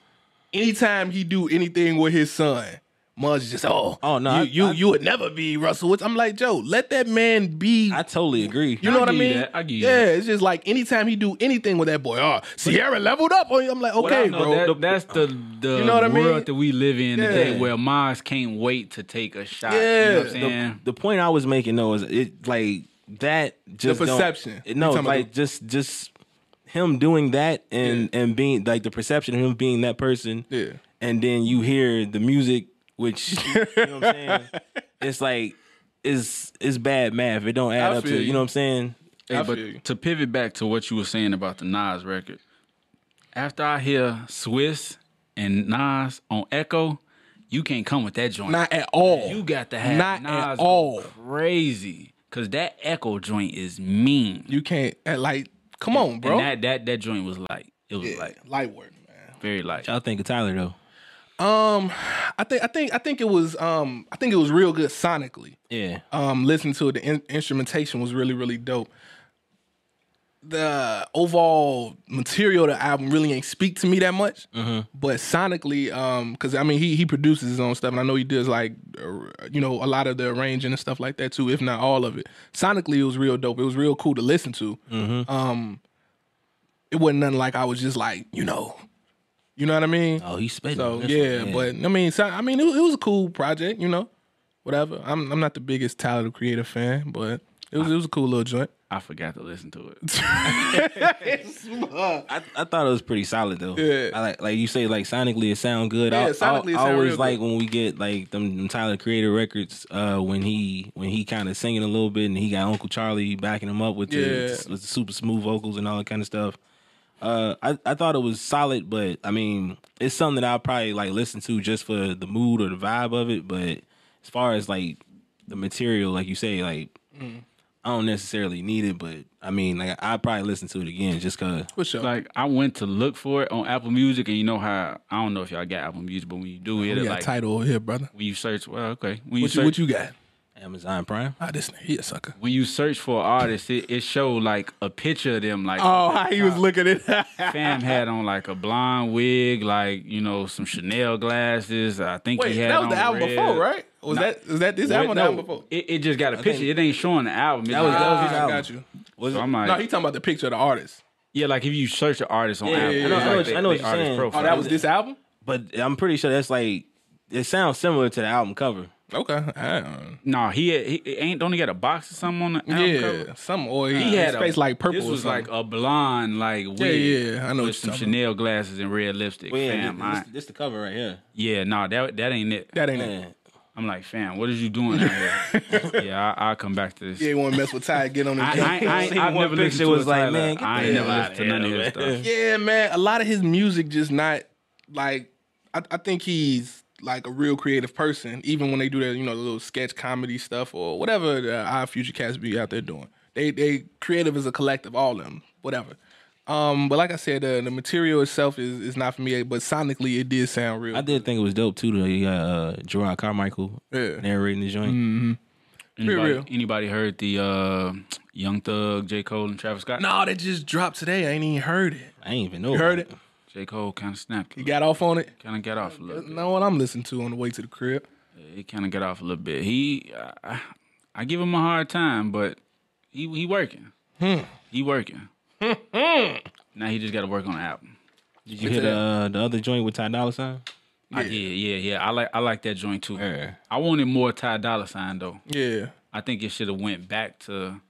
[SPEAKER 1] anytime he do anything with his son, Mars is just oh,
[SPEAKER 3] Oh,
[SPEAKER 1] you
[SPEAKER 3] no, I-
[SPEAKER 1] you,
[SPEAKER 3] I-
[SPEAKER 1] you would never be Russell. Wilson. I'm like Joe, let that man be.
[SPEAKER 3] [LAUGHS] I totally agree.
[SPEAKER 1] you know
[SPEAKER 2] I
[SPEAKER 1] what I
[SPEAKER 2] give you
[SPEAKER 1] mean?
[SPEAKER 2] that, I give you
[SPEAKER 1] yeah,
[SPEAKER 2] that.
[SPEAKER 1] it's just like anytime he do anything with that boy, oh, Sierra leveled up on you. I'm like, okay,
[SPEAKER 2] No,
[SPEAKER 1] bro.
[SPEAKER 2] that- that's the the
[SPEAKER 1] You know what I mean?
[SPEAKER 2] world that we live in
[SPEAKER 1] Yeah.
[SPEAKER 2] today, where moms can't wait to take a shot. you know
[SPEAKER 1] Yeah.
[SPEAKER 2] what I'm saying?
[SPEAKER 3] the point I was making though is it like that just don't-
[SPEAKER 1] perception. You
[SPEAKER 3] no,
[SPEAKER 1] talking about
[SPEAKER 3] like
[SPEAKER 1] the-
[SPEAKER 3] just just him doing that and and being like the perception of him being that person.
[SPEAKER 1] Yeah.
[SPEAKER 3] And then you hear the music, which you know what I'm
[SPEAKER 1] [LAUGHS]
[SPEAKER 3] saying. It's like it's it's bad math. It don't add
[SPEAKER 1] I
[SPEAKER 3] up to
[SPEAKER 1] feel you.
[SPEAKER 3] you know what I'm saying.
[SPEAKER 2] Hey,
[SPEAKER 1] I
[SPEAKER 2] but
[SPEAKER 1] feel you.
[SPEAKER 2] to pivot back to what you were saying about the Nas record, after I hear Swiss and Nas on Echo, you can't come with that joint.
[SPEAKER 1] not at all.
[SPEAKER 2] you got to have
[SPEAKER 1] not
[SPEAKER 2] Nas
[SPEAKER 1] at
[SPEAKER 2] go
[SPEAKER 1] all.
[SPEAKER 2] crazy because that Echo joint is mean.
[SPEAKER 1] You can't eh, like, come on, bro.
[SPEAKER 2] And that that that joint was light. It was light,
[SPEAKER 1] Light work, man.
[SPEAKER 2] very light.
[SPEAKER 3] Y'all think of Tyler though.
[SPEAKER 1] Um, I think I think I think it was um I think it was real good sonically.
[SPEAKER 3] Yeah.
[SPEAKER 1] um listening to it the in- instrumentation was really really dope the overall material of the album really ain't speak to me that much but sonically um because i mean he he produces his own stuff and i know he does like uh, you know a lot of the arranging and stuff like that too if not all of it sonically it was real dope it was real cool to listen to um it wasn't nothing like i was just like you know you know what i mean
[SPEAKER 3] Oh, he's spitting.
[SPEAKER 1] so
[SPEAKER 3] on this
[SPEAKER 1] yeah,
[SPEAKER 3] one,
[SPEAKER 1] but I mean, so, I mean, it, it was a cool project, you know. Whatever. I'm I'm not the biggest Tyler the Creator fan, but it was it was a cool little joint.
[SPEAKER 2] I forgot to listen to it.
[SPEAKER 3] I, I thought it was pretty solid though.
[SPEAKER 1] Yeah.
[SPEAKER 3] I like like you say like sonically it sound good.
[SPEAKER 1] Yeah,
[SPEAKER 3] I,
[SPEAKER 1] sonically it
[SPEAKER 3] I, I
[SPEAKER 1] sound
[SPEAKER 3] always
[SPEAKER 1] real
[SPEAKER 3] like when we get like them, them Tyler Creator records uh when he when he kind of singing a little bit and he got Uncle Charlie backing him up with the
[SPEAKER 1] Yeah.
[SPEAKER 3] with the super smooth vocals and all that kind of stuff. Uh, I, I thought it was solid, but I mean, it's something that I'll probably like listen to just for the mood or the vibe of it. But as far as like the material, like you say, like
[SPEAKER 1] Mm.
[SPEAKER 3] I don't necessarily need it, but I mean, like I probably listen to it again just cause.
[SPEAKER 1] For sure.
[SPEAKER 2] Like I went to look for it on Apple Music, and you know how I don't know if y'all got Apple Music, but when you do hit
[SPEAKER 1] we
[SPEAKER 2] it,
[SPEAKER 1] got
[SPEAKER 2] like
[SPEAKER 1] a title over here, brother.
[SPEAKER 2] when you search, well, okay,
[SPEAKER 1] Oh, What
[SPEAKER 2] when you
[SPEAKER 1] you,
[SPEAKER 2] search,
[SPEAKER 1] what you got?
[SPEAKER 3] Amazon Prime.
[SPEAKER 1] Ah, this nigga, he a sucker.
[SPEAKER 2] when you search for an artist, it, it showed like a picture of them, like
[SPEAKER 1] Oh, [LAUGHS] how he was looking at
[SPEAKER 2] fam had on like a blonde wig, like you know some Chanel glasses. I
[SPEAKER 1] [LAUGHS]
[SPEAKER 2] think
[SPEAKER 1] Wait,
[SPEAKER 2] he had
[SPEAKER 1] that was
[SPEAKER 2] on
[SPEAKER 1] the album
[SPEAKER 2] red-
[SPEAKER 1] before, right? Was that is that this album or the
[SPEAKER 2] no,
[SPEAKER 1] album before?
[SPEAKER 2] It, it just got a picture. It ain't showing the album. That
[SPEAKER 3] was- that was
[SPEAKER 1] Ah,
[SPEAKER 3] his album.
[SPEAKER 1] got you.
[SPEAKER 3] Was
[SPEAKER 2] so I'm like,
[SPEAKER 1] No, he talking about the picture of the artist.
[SPEAKER 2] yeah, like if you search an artist on
[SPEAKER 3] yeah,
[SPEAKER 2] Apple,
[SPEAKER 3] yeah,
[SPEAKER 2] it's
[SPEAKER 3] I know- I know
[SPEAKER 2] like
[SPEAKER 3] what-
[SPEAKER 2] they-
[SPEAKER 3] I know what
[SPEAKER 2] they
[SPEAKER 3] you're
[SPEAKER 2] artist
[SPEAKER 3] saying.
[SPEAKER 2] profile.
[SPEAKER 1] Oh, that was this album.
[SPEAKER 3] but I'm pretty sure that's like it sounds similar to the album cover.
[SPEAKER 1] Okay, I don't-
[SPEAKER 2] No, he, had, he it ain't. Don't he got a box or something on the album
[SPEAKER 1] yeah,
[SPEAKER 2] cover?
[SPEAKER 1] some or
[SPEAKER 2] He had
[SPEAKER 1] Uh, his face
[SPEAKER 2] a,
[SPEAKER 1] like purple.
[SPEAKER 2] This
[SPEAKER 1] or
[SPEAKER 2] was like
[SPEAKER 1] something.
[SPEAKER 2] a blonde, like wig
[SPEAKER 1] yeah, I know what you're
[SPEAKER 2] with some
[SPEAKER 1] talking about.
[SPEAKER 2] Chanel glasses and red lipstick.
[SPEAKER 3] Well, yeah,
[SPEAKER 2] fam,
[SPEAKER 3] this,
[SPEAKER 2] I,
[SPEAKER 3] this, this the cover right here.
[SPEAKER 2] yeah, no, that that ain't it.
[SPEAKER 1] that ain't it.
[SPEAKER 3] Man,
[SPEAKER 2] I'm like, fam, what is you doing out
[SPEAKER 1] [LAUGHS]
[SPEAKER 2] here? yeah, I, I'll come back to this.
[SPEAKER 1] Yeah, you want to mess with Ty? Get [LAUGHS] on the.
[SPEAKER 2] I, I,
[SPEAKER 3] [LAUGHS]
[SPEAKER 2] I,
[SPEAKER 3] Seen
[SPEAKER 2] I've
[SPEAKER 3] one
[SPEAKER 2] never listened
[SPEAKER 3] picture,
[SPEAKER 2] to
[SPEAKER 3] was
[SPEAKER 2] a
[SPEAKER 3] like,
[SPEAKER 2] Tyler.
[SPEAKER 3] man, get
[SPEAKER 2] I
[SPEAKER 3] the
[SPEAKER 2] ain't never
[SPEAKER 3] hell
[SPEAKER 2] listened to
[SPEAKER 3] outta
[SPEAKER 2] none of
[SPEAKER 3] here,
[SPEAKER 2] his
[SPEAKER 3] man.
[SPEAKER 2] stuff.
[SPEAKER 1] Yeah, man. A lot of his music just not like. I, I think he's like a real creative person. Even when they do their, you know, little sketch comedy stuff or whatever the, our future cats be out there doing, they they creative as a collective, all of them, whatever. Um, but like I said, uh, the material itself is is not for me. But sonically, it did sound real.
[SPEAKER 3] I did think it was dope too. The uh, uh, Gerard Carmichael
[SPEAKER 1] Yeah. Mm.
[SPEAKER 3] narrating the joint.
[SPEAKER 2] Anybody,
[SPEAKER 1] real.
[SPEAKER 2] anybody heard the uh, Young Thug, J. Cole, and Travis Scott?
[SPEAKER 1] no, that just dropped today. I ain't even heard it.
[SPEAKER 3] I ain't even know.
[SPEAKER 1] You heard it?
[SPEAKER 2] J. Cole kind of snapped.
[SPEAKER 1] You got off on it?
[SPEAKER 2] Kind of got off a little bit.
[SPEAKER 1] Know what I'm listening to on the way to the crib?
[SPEAKER 2] He kind of got off a little bit. He, I, I give him a hard time, but he he working. He working. now he just got to work on the album.
[SPEAKER 3] Did you hear the, uh, the other joint with Ty Dolla Sign?
[SPEAKER 2] Yeah. I, yeah, yeah, yeah. I like I like that joint too.
[SPEAKER 3] Yeah.
[SPEAKER 2] I wanted more Ty Dolla Sign though.
[SPEAKER 1] Yeah,
[SPEAKER 2] I think it should have went back to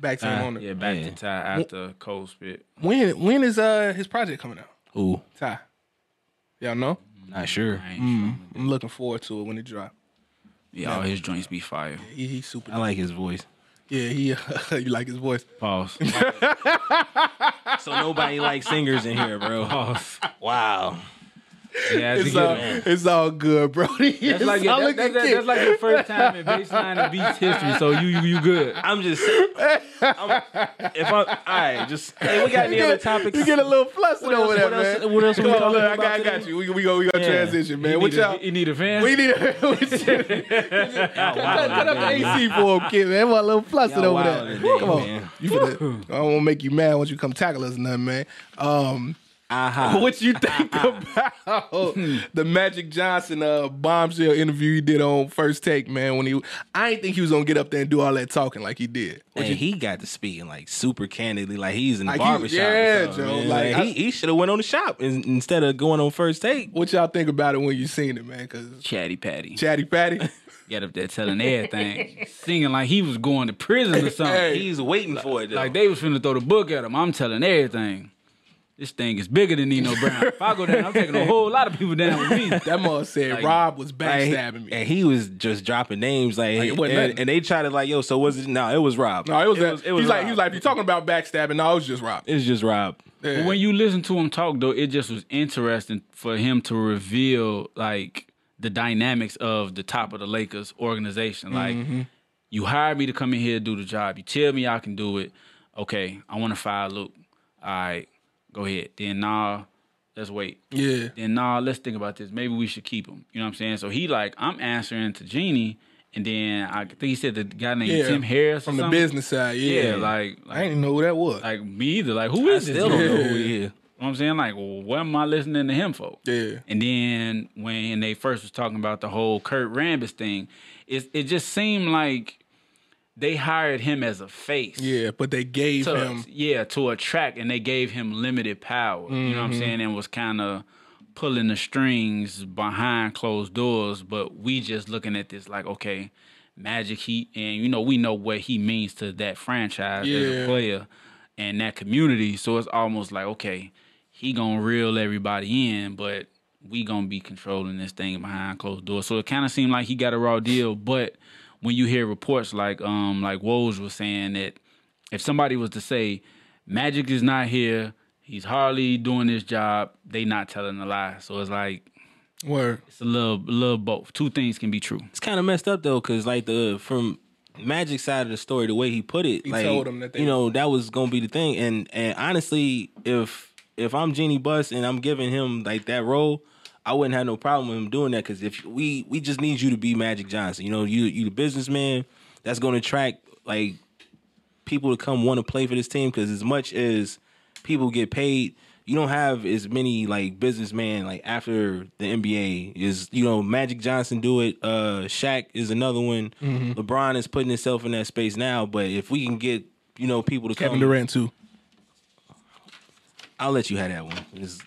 [SPEAKER 1] back to him on it.
[SPEAKER 2] yeah back
[SPEAKER 3] Yeah.
[SPEAKER 2] to Ty after Cold Spit.
[SPEAKER 1] When when is uh his project coming out?
[SPEAKER 3] Ooh,
[SPEAKER 1] Ty. Y'all know?
[SPEAKER 3] not sure.
[SPEAKER 2] I ain't sure.
[SPEAKER 1] I'm looking forward to it when it drop.
[SPEAKER 2] Yeah, all his joints be fire.
[SPEAKER 1] He, he super.
[SPEAKER 3] I like his voice.
[SPEAKER 1] Yeah, he. [LAUGHS] you like his voice?
[SPEAKER 2] Pause.
[SPEAKER 3] So nobody likes singers in
[SPEAKER 1] [LAUGHS]
[SPEAKER 3] here, bro.
[SPEAKER 2] Pause.
[SPEAKER 3] Wow.
[SPEAKER 2] Yeah,
[SPEAKER 1] It's uh, all, it's all good, bro. [LAUGHS]
[SPEAKER 2] That's like,
[SPEAKER 1] I
[SPEAKER 2] that,
[SPEAKER 1] look
[SPEAKER 2] that,
[SPEAKER 1] at
[SPEAKER 2] that,
[SPEAKER 1] Kid.
[SPEAKER 2] that's like your first time in baseline and beats history, so you you, you good.
[SPEAKER 1] [LAUGHS]
[SPEAKER 3] I'm just. I'm, if I'm, all right, just. Hey, we got any other topics?
[SPEAKER 1] You get a little flustered
[SPEAKER 3] else-
[SPEAKER 1] over there,
[SPEAKER 3] what else-
[SPEAKER 1] man.
[SPEAKER 3] what else we
[SPEAKER 1] Come on,
[SPEAKER 3] talking
[SPEAKER 1] look, I
[SPEAKER 3] about
[SPEAKER 1] got, I got
[SPEAKER 3] today?
[SPEAKER 1] you. We, we go. We go
[SPEAKER 3] Yeah.
[SPEAKER 1] transition, man.
[SPEAKER 2] You
[SPEAKER 1] What
[SPEAKER 2] need a-
[SPEAKER 1] y'all?
[SPEAKER 2] you need a fan.
[SPEAKER 1] we need.
[SPEAKER 3] [LAUGHS]
[SPEAKER 1] A, [LAUGHS] we should-
[SPEAKER 3] Oh,
[SPEAKER 1] cut, cut up the AC for him, kid. Man, I'm a little flustered
[SPEAKER 3] Y'all
[SPEAKER 1] over
[SPEAKER 3] wild
[SPEAKER 1] there.
[SPEAKER 3] today,
[SPEAKER 1] come on,
[SPEAKER 3] man.
[SPEAKER 1] you. Finna, I won't make you mad once you come tackle us, or nothing, man. Um,
[SPEAKER 3] Aha.
[SPEAKER 1] [LAUGHS] what you think
[SPEAKER 3] Uh-huh. [LAUGHS]
[SPEAKER 1] about
[SPEAKER 3] Hmm.
[SPEAKER 1] the Magic Johnson uh, bombshell interview he did on First Take, man? When he, I didn't think he was gonna get up there and do all that talking like he did.
[SPEAKER 3] And he got to speaking like super candidly, like he's in the
[SPEAKER 1] Like he-
[SPEAKER 3] barbershop.
[SPEAKER 1] yeah,
[SPEAKER 3] or something,
[SPEAKER 1] Joe,
[SPEAKER 3] man.
[SPEAKER 1] like,
[SPEAKER 3] Like,
[SPEAKER 1] I-
[SPEAKER 3] he, he should have went on the shop in, instead of going on first take.
[SPEAKER 1] What y'all think about it when you seen it, man? Because
[SPEAKER 2] Chatty Patty
[SPEAKER 1] Chatty Patty,
[SPEAKER 2] got up there telling everything, singing like he was going to prison or
[SPEAKER 3] [LAUGHS]
[SPEAKER 2] something.
[SPEAKER 1] Hey.
[SPEAKER 3] He's waiting for it. Though.
[SPEAKER 2] Like they was finna throw the book at him. I'm telling everything. This thing is bigger than Nino Brown. If I go down, I'm taking a whole lot of people down with me.
[SPEAKER 1] [LAUGHS] that mother said
[SPEAKER 2] Like-
[SPEAKER 1] Rob was
[SPEAKER 3] Like, he-
[SPEAKER 1] backstabbing me.
[SPEAKER 3] and he was just dropping names, like,
[SPEAKER 1] it wasn't nothing.
[SPEAKER 3] and, and they tried to like, yo, so was it? No, it was Rob.
[SPEAKER 1] No, it was, that-
[SPEAKER 3] it was
[SPEAKER 1] he's like he
[SPEAKER 3] Rob.
[SPEAKER 1] was like, if you're talking about backstabbing, no, it was just Rob.
[SPEAKER 3] it's just Rob.
[SPEAKER 2] But when you listen to him talk, though, it just was interesting for him to reveal like the dynamics of the top of the Lakers organization. Like, you hired me to come in here and do the job. You tell me I can do it. Okay, I want to fire Luke. All right, go ahead. Then nah, let's wait.
[SPEAKER 1] Yeah,
[SPEAKER 2] Then nah, let's think about this. Maybe we should keep him. You know what I'm saying? So he like, I'm answering to Genie, and then I think he said the guy named
[SPEAKER 1] Yeah,
[SPEAKER 2] Tim Harris or
[SPEAKER 1] from the
[SPEAKER 2] something.
[SPEAKER 1] business side, yeah.
[SPEAKER 2] Yeah, like,
[SPEAKER 1] I
[SPEAKER 2] like,
[SPEAKER 1] didn't know who that was.
[SPEAKER 2] like me either. Like, who is
[SPEAKER 3] Still
[SPEAKER 2] this?
[SPEAKER 3] don't
[SPEAKER 2] dude?
[SPEAKER 3] know who he is.
[SPEAKER 2] You know what I'm saying? Like, well, what am I listening to him for?
[SPEAKER 1] Yeah.
[SPEAKER 2] And then when they first was talking about the whole Kurt Rambis thing, it it just seemed like they hired him as a face.
[SPEAKER 1] yeah, but they gave
[SPEAKER 2] To,
[SPEAKER 1] him.
[SPEAKER 2] Yeah, to attract and they gave him limited power. You know what
[SPEAKER 1] Mm-hmm.
[SPEAKER 2] I'm saying? And was kind of pulling the strings behind closed doors, but we just looking at this like, okay, Magic Heat, and you know we know what he means to that franchise as
[SPEAKER 1] Yeah.
[SPEAKER 2] a player and that community. So it's almost like okay, he gonna reel everybody in, but we gonna be controlling this thing behind closed doors. So it kind of seemed like he got a raw deal. But when you hear reports like um like Woj was saying that if somebody was to say Magic is not here, he's hardly doing his job, they not telling a lie. So it's like
[SPEAKER 1] Word.
[SPEAKER 2] it's a little little both. Two things can be true.
[SPEAKER 3] it's kind of messed up though, because like the from Magic side of the story, the way he put it, like
[SPEAKER 1] told 'em that they-
[SPEAKER 3] you know that was gonna be the thing. And and honestly, if if I'm Genie Bus and I'm giving him like that role, I wouldn't have no problem with him doing that. Because if we we just need you to be Magic Johnson, you know, you you the businessman that's gonna attract like people to come want to play for this team. Because as much as people get paid. You don't have as many like businessmen like after the NBA is you know Magic Johnson do it, uh Shaq is another one.
[SPEAKER 1] Mm-hmm.
[SPEAKER 3] LeBron is putting himself in that space now, but if we can get you know people to
[SPEAKER 1] Kevin
[SPEAKER 3] come,
[SPEAKER 1] Durant too.
[SPEAKER 3] I'll let you have that one. It's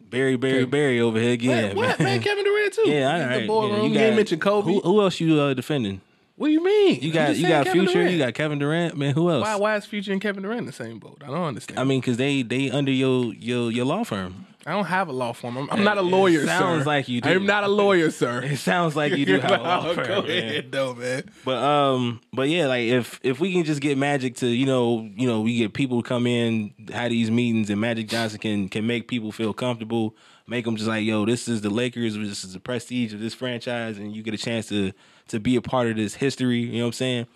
[SPEAKER 3] Barry Barry Barry over here again.
[SPEAKER 1] what
[SPEAKER 3] man.
[SPEAKER 1] man? Kevin Durant too.
[SPEAKER 3] [LAUGHS] Yeah,
[SPEAKER 1] He's
[SPEAKER 3] all right.
[SPEAKER 1] the boy
[SPEAKER 3] yeah,
[SPEAKER 1] room. You, ain't mentioned Kobe.
[SPEAKER 3] Who, who else you uh, defending?
[SPEAKER 1] what do you mean?
[SPEAKER 3] You got you got Future. You got Kevin Durant. Man, who else?
[SPEAKER 1] Why? Why is Future and Kevin Durant in the same boat? I don't understand.
[SPEAKER 3] I mean, because they they under your your your law firm.
[SPEAKER 1] I don't have a law firm. I'm, I'm not a lawyer.
[SPEAKER 3] sounds
[SPEAKER 1] sir.
[SPEAKER 3] like you do.
[SPEAKER 1] I'm not a lawyer,
[SPEAKER 3] [LAUGHS]
[SPEAKER 1] sir.
[SPEAKER 3] It sounds like you
[SPEAKER 1] [LAUGHS]
[SPEAKER 3] do have a law firm.
[SPEAKER 1] Go
[SPEAKER 3] man.
[SPEAKER 1] ahead, though, man.
[SPEAKER 3] But um, but yeah, like if if we can just get Magic to you know you know we get people to come in have these meetings and Magic Johnson can can make people feel comfortable, make them just like yo, this is the Lakers, this is the prestige of this franchise, and you get a chance to to be a part of this history. You know what I'm saying?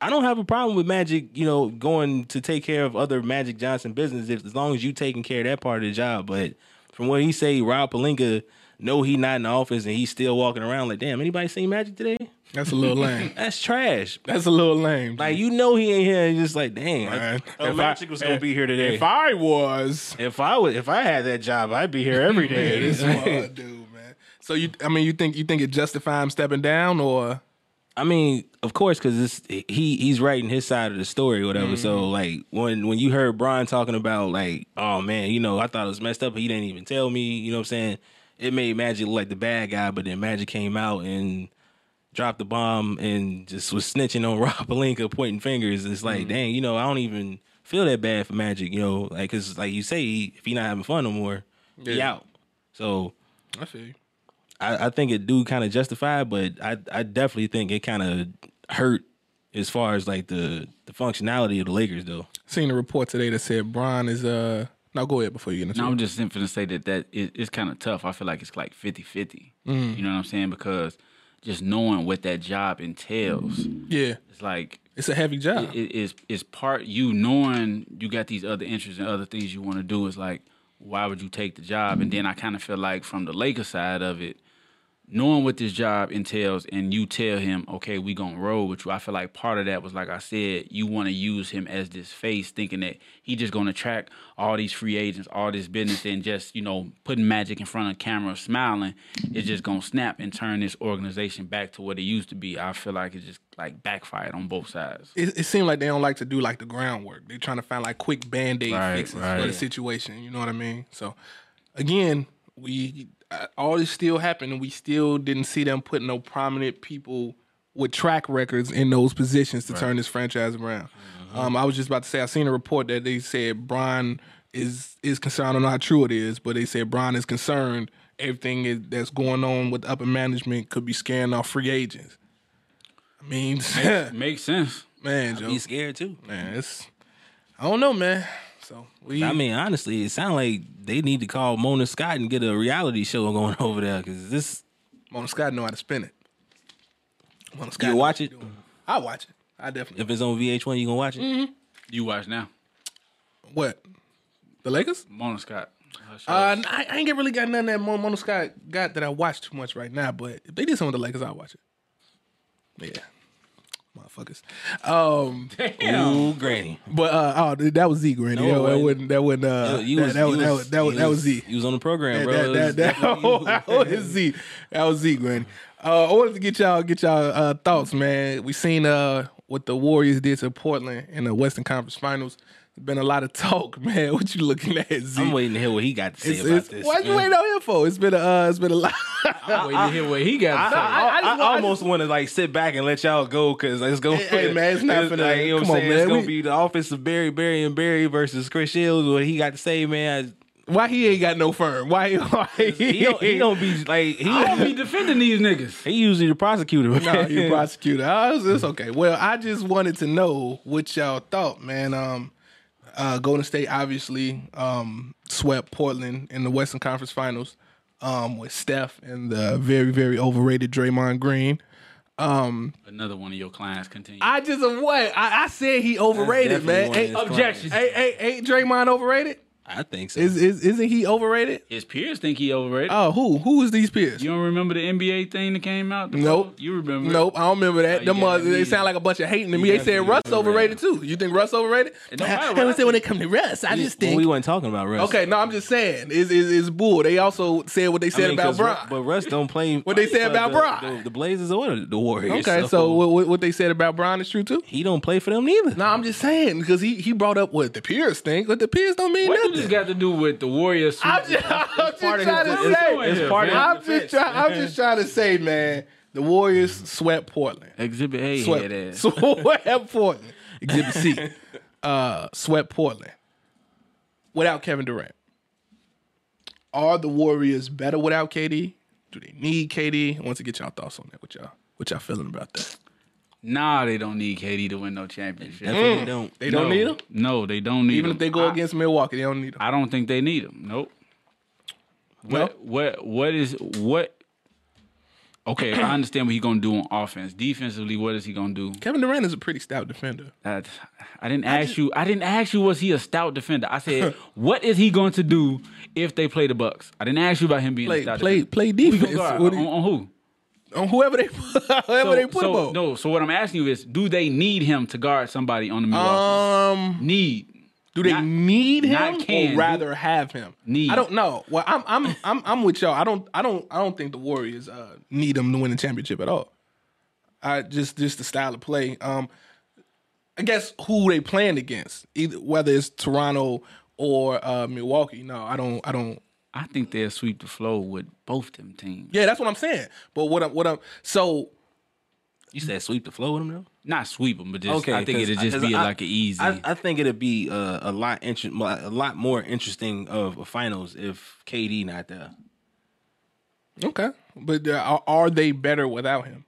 [SPEAKER 3] I don't have a problem with Magic, you know, going to take care of other Magic Johnson business if, as long as you taking care of that part of the job. But from what he say, Rob Palinka, no, he not in the office and he's still walking around like, damn, anybody seen Magic today?
[SPEAKER 1] That's a little lame.
[SPEAKER 3] That's trash.
[SPEAKER 1] That's a little lame.
[SPEAKER 3] Like you know he ain't here. And just like dang,
[SPEAKER 1] Man.
[SPEAKER 3] I,
[SPEAKER 1] If
[SPEAKER 3] Magic was gonna be here today.
[SPEAKER 1] if I was,
[SPEAKER 3] if I was, if I had that job, I'd be here every
[SPEAKER 1] [LAUGHS] it
[SPEAKER 3] day.
[SPEAKER 1] is what I do, man. So you, I mean, you think you think it justify him stepping down, or
[SPEAKER 3] I mean, of course, because it's he he's writing his side of the story, or whatever. So like when when you heard Brian talking about like, oh man, you know, I thought it was messed up. He didn't even tell me. You know what I'm saying? It made Magic look like the bad guy, but then Magic came out and dropped the bomb and just was snitching on [LAUGHS] Rob Palinka, pointing fingers. It's like, dang, you know, I don't even feel that bad for Magic, you know, like because like you say, he, if he not having fun no more, he
[SPEAKER 1] Yeah.
[SPEAKER 3] out. So
[SPEAKER 1] I feel you.
[SPEAKER 3] I, I think it do kind of justify, but I I definitely think it kind of hurt as far as like the the functionality of the Lakers though.
[SPEAKER 1] Seen a report today that said Bron is uh. Now go ahead before you get into
[SPEAKER 2] No,
[SPEAKER 1] it.
[SPEAKER 2] I'm just simply to say that that it, it's kind of tough. I feel like it's like 50 50. You know what I'm saying? Because just knowing what that job entails,
[SPEAKER 1] Yeah,
[SPEAKER 2] it's like
[SPEAKER 1] it's a heavy job.
[SPEAKER 2] it is it's part you knowing you got these other interests and other things you want to do is like why would you take the job and then i kind of feel like from the lakers side of it knowing what this job entails and you tell him okay we gonna roll with you i feel like part of that was like i said you want to use him as this face thinking that he just gonna attract all these free agents all this business and just you know putting magic in front of camera smiling it's just gonna snap and turn this organization back to what it used to be i feel like it just like backfired on both sides
[SPEAKER 1] it, it seemed like they don't like to do like the groundwork. They're trying to find like quick band aid
[SPEAKER 2] Right,
[SPEAKER 1] fixes
[SPEAKER 2] right.
[SPEAKER 1] for the situation. You know what I mean? So, again, we uh, all this still happened, and we still didn't see them put no prominent people with track records in those positions to turn this franchise around.
[SPEAKER 2] Mm-hmm.
[SPEAKER 1] Um, I was just about to say I seen a report that they said Brian is is concerned. I don't know how true it is, but they said Brian is concerned. Everything is, that's going on with upper management could be scaring off free agents. I mean, [LAUGHS]
[SPEAKER 2] Makes sense.
[SPEAKER 1] man, Joe.
[SPEAKER 3] He's scared too.
[SPEAKER 1] Man, it's I don't know, man. So we
[SPEAKER 3] I mean, honestly, it sounds like they need to call Mona Scott and get a reality show [LAUGHS] going over there because this
[SPEAKER 1] Mona Scott know how to spin it. Mona Scott,
[SPEAKER 3] you
[SPEAKER 1] know
[SPEAKER 3] watch
[SPEAKER 1] what
[SPEAKER 3] it
[SPEAKER 1] she doing. I watch it. I definitely.
[SPEAKER 3] if it's on VH1, you gonna watch it.
[SPEAKER 2] You watch now.
[SPEAKER 1] What? The Lakers?
[SPEAKER 2] Mona Scott. Her show.
[SPEAKER 1] Uh, n- I, I ain't get really got nothing that Mon- Mona Scott got that I watch too much right now. But if they did something with the Lakers, I'll watch it. Yeah, motherfuckers.
[SPEAKER 3] [LAUGHS]
[SPEAKER 1] Um,
[SPEAKER 3] Ooh, granny,
[SPEAKER 1] but uh, oh, dude, that was Z, Granny.
[SPEAKER 3] No,
[SPEAKER 1] that, that
[SPEAKER 3] it
[SPEAKER 1] wouldn't. That wouldn't. Uh,
[SPEAKER 3] you
[SPEAKER 1] that,
[SPEAKER 3] was,
[SPEAKER 1] that,
[SPEAKER 3] you
[SPEAKER 1] was, that was that was that was
[SPEAKER 3] you
[SPEAKER 1] Z.
[SPEAKER 3] You was on the program, bro.
[SPEAKER 1] that,
[SPEAKER 3] It was
[SPEAKER 1] that, that,
[SPEAKER 3] definitely
[SPEAKER 1] [LAUGHS]
[SPEAKER 3] you.
[SPEAKER 1] that was Z. That was Z, Granny. Uh, I wanted to get y'all get y'all uh, thoughts, man. We seen uh, what the Warriors did to Portland in the Western Conference Finals. Been a lot of talk, [LAUGHS] man. What you looking at, Z?
[SPEAKER 3] I'm waiting to hear what he got to say
[SPEAKER 1] It's-
[SPEAKER 3] about
[SPEAKER 1] it's-
[SPEAKER 3] this.
[SPEAKER 1] Why you
[SPEAKER 3] man.
[SPEAKER 1] waiting on him for? It's been a uh, it's been a
[SPEAKER 3] [LAUGHS]
[SPEAKER 1] lot. [LAUGHS]
[SPEAKER 2] I'm waiting to hear what he got to
[SPEAKER 3] I,
[SPEAKER 2] say.
[SPEAKER 3] I- I
[SPEAKER 1] I just-
[SPEAKER 3] almost want to like sit back and let y'all go because it's gonna.
[SPEAKER 1] Hey, hey, man, it's not finna-
[SPEAKER 3] like, you know what
[SPEAKER 1] come
[SPEAKER 3] I'm
[SPEAKER 1] on,
[SPEAKER 3] saying? It's
[SPEAKER 1] man,
[SPEAKER 3] gonna
[SPEAKER 1] we-
[SPEAKER 3] be the office of Barry, Barry, and Barry versus Chris Shields. What he got to say, man?
[SPEAKER 1] Why he ain't got no firm? Why? [LAUGHS] why
[SPEAKER 3] He don't, he don't be like
[SPEAKER 1] [LAUGHS]
[SPEAKER 2] I don't be
[SPEAKER 3] he.
[SPEAKER 2] defending these niggas.
[SPEAKER 3] He usually the prosecutor.
[SPEAKER 1] No,
[SPEAKER 3] man. [LAUGHS]
[SPEAKER 1] you prosecutor. I was, it's okay. Well, I just wanted to know what y'all thought, man. Um, uh, Golden State obviously um, swept Portland in the Western Conference Finals um, with Steph and the very, very overrated Draymond Green.
[SPEAKER 2] Another one of your clients continue.
[SPEAKER 1] I just what I, I said he overrated,
[SPEAKER 3] definitely
[SPEAKER 1] man.
[SPEAKER 3] one of
[SPEAKER 1] Ain't,
[SPEAKER 3] his
[SPEAKER 2] Objection.
[SPEAKER 1] ain't, ain't, ain't Draymond overrated?
[SPEAKER 3] I think so.
[SPEAKER 1] Is, is isn't he overrated?
[SPEAKER 2] His peers think he overrated.
[SPEAKER 1] Oh, who who is these peers?
[SPEAKER 2] you don't remember the NBA thing that came out?
[SPEAKER 1] Nope.
[SPEAKER 2] You remember? it.
[SPEAKER 1] Nope, I don't remember
[SPEAKER 2] Oh,
[SPEAKER 1] that.
[SPEAKER 2] you
[SPEAKER 1] Them
[SPEAKER 2] got
[SPEAKER 1] uh, they
[SPEAKER 2] me.
[SPEAKER 1] sound like a bunch of hating to me. They said
[SPEAKER 2] definitely
[SPEAKER 1] Russ overrated too. You think Russ overrated?
[SPEAKER 2] It don't matter
[SPEAKER 1] I
[SPEAKER 2] what I
[SPEAKER 1] would say when it come
[SPEAKER 2] think.
[SPEAKER 1] to Russ, I just
[SPEAKER 3] we
[SPEAKER 1] think.
[SPEAKER 3] weren't talking about Russ.
[SPEAKER 1] Okay, no, I'm just saying is is is bull. They also said what they
[SPEAKER 3] I
[SPEAKER 1] said
[SPEAKER 3] mean,
[SPEAKER 1] about
[SPEAKER 3] 'cause Ru-
[SPEAKER 1] Bron.
[SPEAKER 3] But Russ don't play.
[SPEAKER 1] [LAUGHS] What they said
[SPEAKER 3] for
[SPEAKER 1] about
[SPEAKER 3] the,
[SPEAKER 1] Bron.
[SPEAKER 3] The, the Blazers or the Warriors.
[SPEAKER 1] okay, so, what, what what they said about Bron is true too.
[SPEAKER 3] he don't play for them neither.
[SPEAKER 1] No, I'm just saying because he he brought up what the peers think, but the peers don't mean
[SPEAKER 2] What do this
[SPEAKER 1] nothing.
[SPEAKER 2] got to do with the Warriors?
[SPEAKER 1] I'm just, I'm just
[SPEAKER 3] part of
[SPEAKER 1] trying
[SPEAKER 3] his-
[SPEAKER 1] to
[SPEAKER 3] it's-
[SPEAKER 1] say.
[SPEAKER 3] it's part of his
[SPEAKER 1] I'm just trying. I'm just trying to say, man. The Warriors swept Portland.
[SPEAKER 2] Exhibit A
[SPEAKER 1] swept,
[SPEAKER 2] head ass. [LAUGHS]
[SPEAKER 1] swept Portland. Exhibit C. Uh, swept Portland without Kevin Durant. Are the Warriors better without KD? Do they need KD? I want to get y'all thoughts on that. What y'all, what y'all feeling about that?
[SPEAKER 2] Nah, they don't need KD to win no championship.
[SPEAKER 3] Definitely don't.
[SPEAKER 1] Mm. They don't need him,
[SPEAKER 2] No, they don't need
[SPEAKER 1] even
[SPEAKER 2] him.
[SPEAKER 1] if they go
[SPEAKER 2] I,
[SPEAKER 1] against Milwaukee. They don't need him.
[SPEAKER 2] I don't think they need him. Nope.
[SPEAKER 1] No?
[SPEAKER 2] What what what is what? Okay, I understand what he's gonna do on offense. Defensively, what is he gonna do?
[SPEAKER 1] Kevin Durant is a pretty stout defender.
[SPEAKER 2] That- I didn't ask you. I didn't ask you. Was he a stout defender? I [LAUGHS] said, what is he going to do if they play the Bucks? I didn't ask you about him being a
[SPEAKER 1] Play,
[SPEAKER 2] stout
[SPEAKER 1] play,
[SPEAKER 2] defender.
[SPEAKER 1] play
[SPEAKER 2] Who you
[SPEAKER 1] defense.
[SPEAKER 2] gonna guard?
[SPEAKER 1] What do
[SPEAKER 2] on,
[SPEAKER 1] you-
[SPEAKER 2] on who?
[SPEAKER 1] on whoever they, whoever they put [LAUGHS] him
[SPEAKER 2] so,
[SPEAKER 1] on.
[SPEAKER 2] no. So what I'm asking you is, do they need him to guard somebody on the Milwaukee?
[SPEAKER 1] Um,
[SPEAKER 2] need.
[SPEAKER 1] Do they
[SPEAKER 2] Not-
[SPEAKER 1] need
[SPEAKER 2] not
[SPEAKER 1] him
[SPEAKER 2] can,
[SPEAKER 1] or
[SPEAKER 2] do-
[SPEAKER 1] rather have him?
[SPEAKER 2] Need.
[SPEAKER 1] I don't know. Well, I'm I'm I'm I'm with y'all. I don't I don't I don't think the Warriors uh, need him to win the championship at all. I just just the style of play. Um, I guess who they playing against, either whether it's Toronto or uh, Milwaukee. No, I don't I don't.
[SPEAKER 2] I think they'll sweep the floor with both them teams.
[SPEAKER 1] Yeah, that's what I'm saying. But what I'm what I'm so
[SPEAKER 3] You said sweep the floor with him though.
[SPEAKER 2] Not sweep them, but just
[SPEAKER 3] Okay,
[SPEAKER 2] I think
[SPEAKER 3] 'cause-
[SPEAKER 2] it'll just
[SPEAKER 3] 'cause
[SPEAKER 2] be
[SPEAKER 3] I-
[SPEAKER 2] like an easy.
[SPEAKER 3] I, I think it'd be uh, a lot inter- a lot more interesting of a finals if KD not there.
[SPEAKER 1] okay. But uh, are, are they better without him?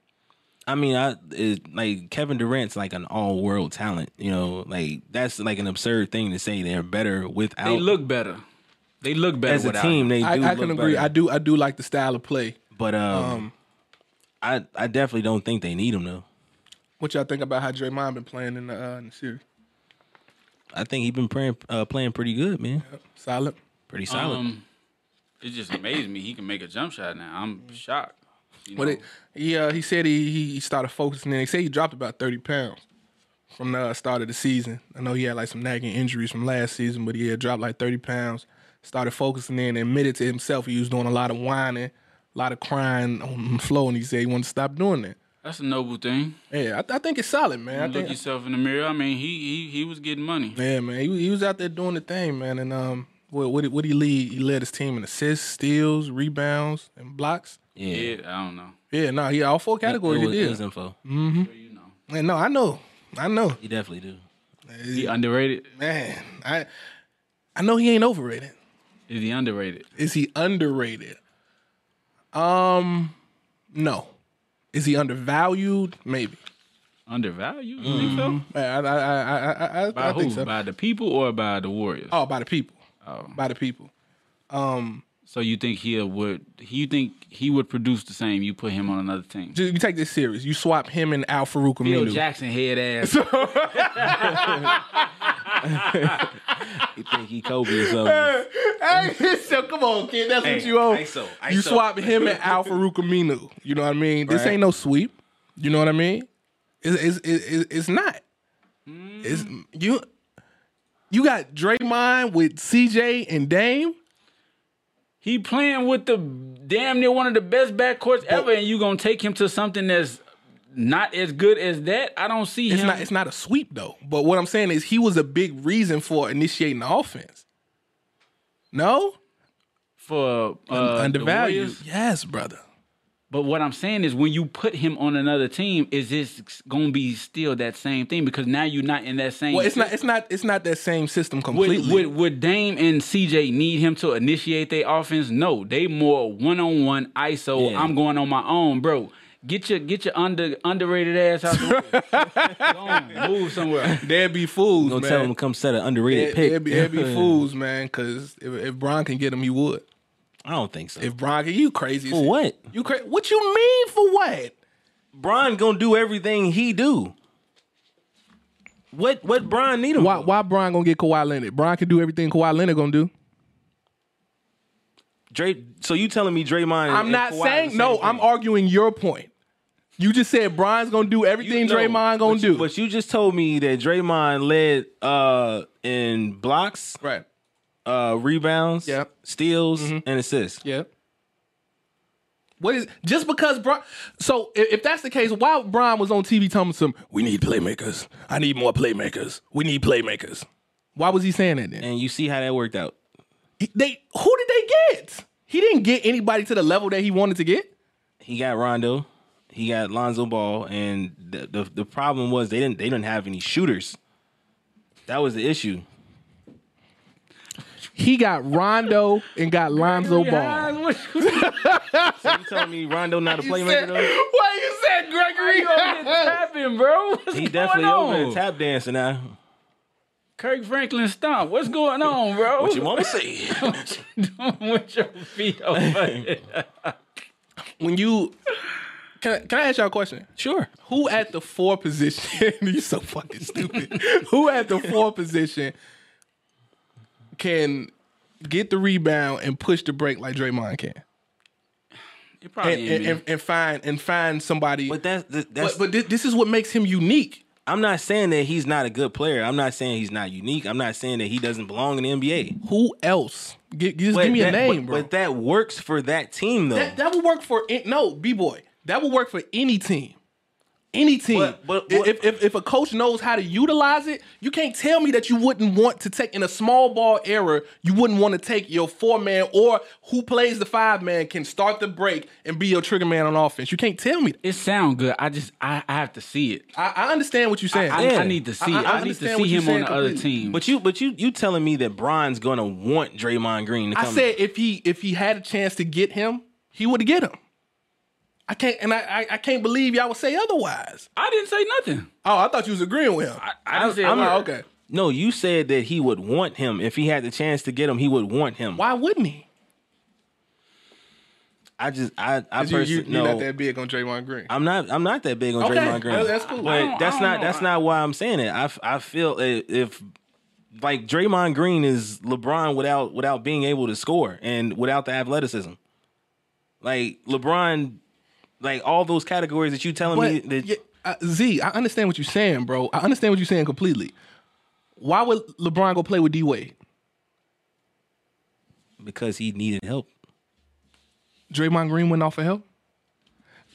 [SPEAKER 3] I mean, I it, like Kevin Durant's like an all world talent. You know, like that's like an absurd thing to say. They're better without.
[SPEAKER 2] they look better. They look better
[SPEAKER 3] as a
[SPEAKER 2] without
[SPEAKER 3] team.
[SPEAKER 2] him.
[SPEAKER 3] They do
[SPEAKER 1] I, I
[SPEAKER 3] look
[SPEAKER 1] can agree.
[SPEAKER 3] better.
[SPEAKER 1] I do I do like the style of play.
[SPEAKER 3] but um, I I definitely don't think they need him though.
[SPEAKER 1] What y'all think about how Draymond been playing in the, uh, in the series?
[SPEAKER 3] I think he's been playing uh, playing pretty good, man.
[SPEAKER 1] Solid.
[SPEAKER 3] Pretty solid.
[SPEAKER 2] Um, it just amazed me. He can make a jump shot now. I'm shocked. You
[SPEAKER 1] But
[SPEAKER 2] know?
[SPEAKER 1] it, he uh, he said he he started focusing. And they say he dropped about thirty pounds from the uh, start of the season. I know he had like some nagging injuries from last season, but he had dropped like thirty pounds. Started focusing in, admitted to himself he was doing a lot of whining, a lot of crying on the floor, and he said he wanted to stop doing that.
[SPEAKER 2] That's a noble thing.
[SPEAKER 1] Yeah, I, I think it's solid, man. I
[SPEAKER 2] Look
[SPEAKER 1] think
[SPEAKER 2] yourself in the mirror. I mean, he he he was getting money.
[SPEAKER 1] Yeah, man, he, he was out there doing the thing, man. And um, what what, did- what did he lead? He led his team in assists, steals, rebounds, and blocks.
[SPEAKER 3] yeah.
[SPEAKER 2] Yeah, I don't know.
[SPEAKER 1] Yeah, no, he all four categories.
[SPEAKER 3] It was-
[SPEAKER 1] he
[SPEAKER 3] it
[SPEAKER 1] did.
[SPEAKER 3] was info.
[SPEAKER 2] Sure You know,
[SPEAKER 1] Man, no, I know, I know.
[SPEAKER 3] You definitely do.
[SPEAKER 2] he underrated.
[SPEAKER 1] Man, I I know he ain't overrated.
[SPEAKER 2] Is he underrated?
[SPEAKER 1] Is he underrated? Um, no. Is he undervalued? Maybe.
[SPEAKER 2] Undervalued? You think so?
[SPEAKER 3] Mm-hmm.
[SPEAKER 1] I I I I, I, I-
[SPEAKER 2] By
[SPEAKER 1] I
[SPEAKER 2] who?
[SPEAKER 1] think so.
[SPEAKER 2] By the people or by the Warriors?
[SPEAKER 1] oh, by the people.
[SPEAKER 2] Oh.
[SPEAKER 1] By the people.
[SPEAKER 2] So you think he would? You think he would produce the same? You put him on another team?
[SPEAKER 1] Ju- You take this serious. You swap him and Al Farouk
[SPEAKER 2] Bill
[SPEAKER 1] Aminu.
[SPEAKER 2] Jackson head ass.
[SPEAKER 3] You think he Kobe
[SPEAKER 1] [LAUGHS]
[SPEAKER 3] or something?
[SPEAKER 1] Hey, [LAUGHS] so come on, kid. That's what
[SPEAKER 3] Hey,
[SPEAKER 1] you owe.
[SPEAKER 3] ISO,
[SPEAKER 1] You
[SPEAKER 3] ISO.
[SPEAKER 1] swap him and Al Farouk Aminu. You know what I mean? This
[SPEAKER 3] Right.
[SPEAKER 1] ain't no sweep. You know what I mean? It's, it's, it's, it's not. It's you. You got Draymond with CJ and Dame.
[SPEAKER 2] He playing with the damn near one of the best backcourts ever, and you gonna take him to something that's not as good as that. I don't see
[SPEAKER 1] It's
[SPEAKER 2] him.
[SPEAKER 1] not it's not a sweep though. But what I'm saying is he was a big reason for initiating the offense. No?
[SPEAKER 2] for uh, The
[SPEAKER 1] Undervalued.
[SPEAKER 2] Warriors.
[SPEAKER 1] yes, brother.
[SPEAKER 2] But what I'm saying is, when you put him on another team, is this going to be still that same thing? Because now you're not in that same.
[SPEAKER 1] Well, it's not it's not it's not that same system
[SPEAKER 2] Would,
[SPEAKER 1] completely. [LAUGHS]
[SPEAKER 2] would, would Dame and CJ need him to initiate their offense? No, they more one on one ISO.
[SPEAKER 3] Yeah.
[SPEAKER 2] I'm going on my own, bro. Get your get your under underrated ass out.
[SPEAKER 1] [LAUGHS]
[SPEAKER 2] The way. Go on, move somewhere.
[SPEAKER 1] There'd be fools,
[SPEAKER 3] Don't
[SPEAKER 1] man.
[SPEAKER 3] tell him to come set an underrated
[SPEAKER 1] It,
[SPEAKER 3] pick.
[SPEAKER 1] it'd, be, it'd
[SPEAKER 3] [LAUGHS]
[SPEAKER 1] be fools, man. Because if, if Bron can get him, he would.
[SPEAKER 3] I don't think so.
[SPEAKER 1] If Bron can, you crazy. as
[SPEAKER 3] For
[SPEAKER 1] hell.
[SPEAKER 3] what?
[SPEAKER 1] You cra- What you mean for what?
[SPEAKER 3] Bron gonna do everything he do. What what Bron need him?
[SPEAKER 1] Why?
[SPEAKER 3] for?
[SPEAKER 1] Why Bron gonna get Kawhi Leonard? Bron can do everything Kawhi Leonard gonna do.
[SPEAKER 3] Dray, so you telling me Draymond? and-
[SPEAKER 1] I'm
[SPEAKER 3] and
[SPEAKER 1] not
[SPEAKER 3] Kawhi the
[SPEAKER 1] saying
[SPEAKER 3] same
[SPEAKER 1] no.
[SPEAKER 3] thing?
[SPEAKER 1] I'm arguing your point. You just said Bron's gonna do everything
[SPEAKER 3] You know,
[SPEAKER 1] Draymond gonna
[SPEAKER 3] but you-
[SPEAKER 1] do.
[SPEAKER 3] But you just told me that Draymond led uh in blocks,
[SPEAKER 1] right?
[SPEAKER 3] uh rebounds,
[SPEAKER 1] Yeah.
[SPEAKER 3] steals,
[SPEAKER 1] Mm-hmm.
[SPEAKER 3] and assists.
[SPEAKER 1] Yeah. What is just because Bron? So if, if that's the case, why Bron was on TV telling some? We need playmakers. I need more playmakers. We need playmakers. Why was he saying that then?
[SPEAKER 3] And you see how that worked out.
[SPEAKER 1] He- they who did they get? He didn't get anybody to the level that he wanted to get.
[SPEAKER 3] He got Rondo, he got Lonzo Ball, and the the, the problem was they didn't they didn't have any shooters. That was the issue.
[SPEAKER 1] He got Rondo and got Lonzo Ball.
[SPEAKER 2] [LAUGHS] Guys, what you doing?
[SPEAKER 3] So [LAUGHS] you telling me Rondo not a playmaker though?
[SPEAKER 1] Why you said
[SPEAKER 2] You
[SPEAKER 3] [LAUGHS]
[SPEAKER 2] over there
[SPEAKER 1] Gregory?
[SPEAKER 2] tapping, bro? What's
[SPEAKER 3] He
[SPEAKER 2] going
[SPEAKER 3] definitely
[SPEAKER 2] on?
[SPEAKER 3] over there tap dancing now.
[SPEAKER 2] Kirk Franklin stomp. What's going on, bro?
[SPEAKER 3] What you want to see?
[SPEAKER 2] What you doing [LAUGHS] with your feet
[SPEAKER 3] [LAUGHS]
[SPEAKER 2] over there?
[SPEAKER 1] when you can, I- can I ask y'all a question?
[SPEAKER 3] Sure.
[SPEAKER 1] Who at the four position? [LAUGHS] you so fucking stupid. [LAUGHS] Who at the four position can get the rebound and push the break like Draymond can,
[SPEAKER 2] It probably
[SPEAKER 1] and,
[SPEAKER 2] ain't
[SPEAKER 1] and,
[SPEAKER 2] me.
[SPEAKER 1] and, and find and find somebody?
[SPEAKER 3] [LAUGHS] But
[SPEAKER 1] But,
[SPEAKER 3] that's that's.
[SPEAKER 1] but, thi- this is what makes him unique.
[SPEAKER 3] I'm not saying that he's not a good player. I'm not saying he's not unique. I'm not saying that he doesn't belong in the NBA.
[SPEAKER 1] Who else? Gi- just
[SPEAKER 3] But
[SPEAKER 1] give me
[SPEAKER 3] that,
[SPEAKER 1] a name,
[SPEAKER 3] but,
[SPEAKER 1] bro.
[SPEAKER 3] But that works for that team, though.
[SPEAKER 1] That, that would work for an- no b boy. That would work for any team. Any team.
[SPEAKER 3] But- but what-
[SPEAKER 1] if, if if a coach knows how to utilize it, you can't tell me that you wouldn't want to take in a small ball era. You wouldn't want to take your four man or who plays the five man can start the break and be your trigger man on offense. You can't tell me. That.
[SPEAKER 2] It sound good. I just I, I have to see it.
[SPEAKER 1] I, I understand what you're saying.
[SPEAKER 2] I,
[SPEAKER 3] Yeah.
[SPEAKER 2] I need to see.
[SPEAKER 1] I- I
[SPEAKER 2] I, need to
[SPEAKER 1] understand what
[SPEAKER 2] see
[SPEAKER 1] you're
[SPEAKER 2] him
[SPEAKER 1] saying
[SPEAKER 2] on the other
[SPEAKER 1] completely.
[SPEAKER 2] team.
[SPEAKER 3] but you, but you, you telling me that Bron's gonna want Draymond Green to
[SPEAKER 1] I
[SPEAKER 3] come?
[SPEAKER 1] said if he if he had a chance to get him, he would get him. I can't and I, I I can't believe y'all would say otherwise.
[SPEAKER 2] I didn't say nothing.
[SPEAKER 1] Oh, I thought you was agreeing with him.
[SPEAKER 2] I, I didn't say a
[SPEAKER 1] I'm
[SPEAKER 2] word.
[SPEAKER 1] like, okay.
[SPEAKER 3] no, you said that he would want him if he had the chance to get him. He would want him.
[SPEAKER 1] Why wouldn't he?
[SPEAKER 3] I just, I, I
[SPEAKER 1] You, you,
[SPEAKER 3] personally
[SPEAKER 1] you're
[SPEAKER 3] no.
[SPEAKER 1] not that big on Draymond Green.
[SPEAKER 3] I'm not. I'm not that big on
[SPEAKER 1] Okay,
[SPEAKER 3] Draymond Green.
[SPEAKER 1] that- that's cool. I
[SPEAKER 3] But
[SPEAKER 2] don't-
[SPEAKER 3] that's
[SPEAKER 2] I don't
[SPEAKER 3] not.
[SPEAKER 2] know.
[SPEAKER 3] That's not why I'm saying it. I, f- I feel i- if like Draymond Green is LeBron without without being able to score and without the athleticism. Like LeBron, like all those categories that you telling me
[SPEAKER 1] but
[SPEAKER 3] that
[SPEAKER 1] yeah, uh, Z, I understand what you're saying, bro. I understand what you're saying completely. Why would LeBron go play with D Wade?
[SPEAKER 3] because he needed help.
[SPEAKER 1] Draymond Green went off for help.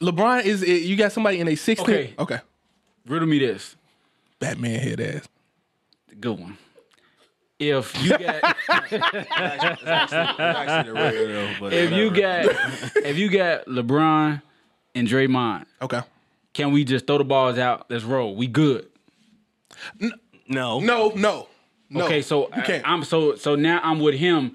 [SPEAKER 1] LeBron is eh, you got somebody in a 16.
[SPEAKER 2] Okay.
[SPEAKER 1] okay.
[SPEAKER 2] Riddle me this.
[SPEAKER 1] Batman head ass.
[SPEAKER 2] Good one. If
[SPEAKER 1] [LAUGHS]
[SPEAKER 2] you got if you got if you got LeBron and Draymond,
[SPEAKER 1] Okay.
[SPEAKER 2] can we just throw the balls out? Let's roll. We good.
[SPEAKER 1] No,
[SPEAKER 3] no,
[SPEAKER 1] no, no.
[SPEAKER 2] Okay, so
[SPEAKER 1] you can't.
[SPEAKER 3] uh,
[SPEAKER 2] I, am so so now I'm with him.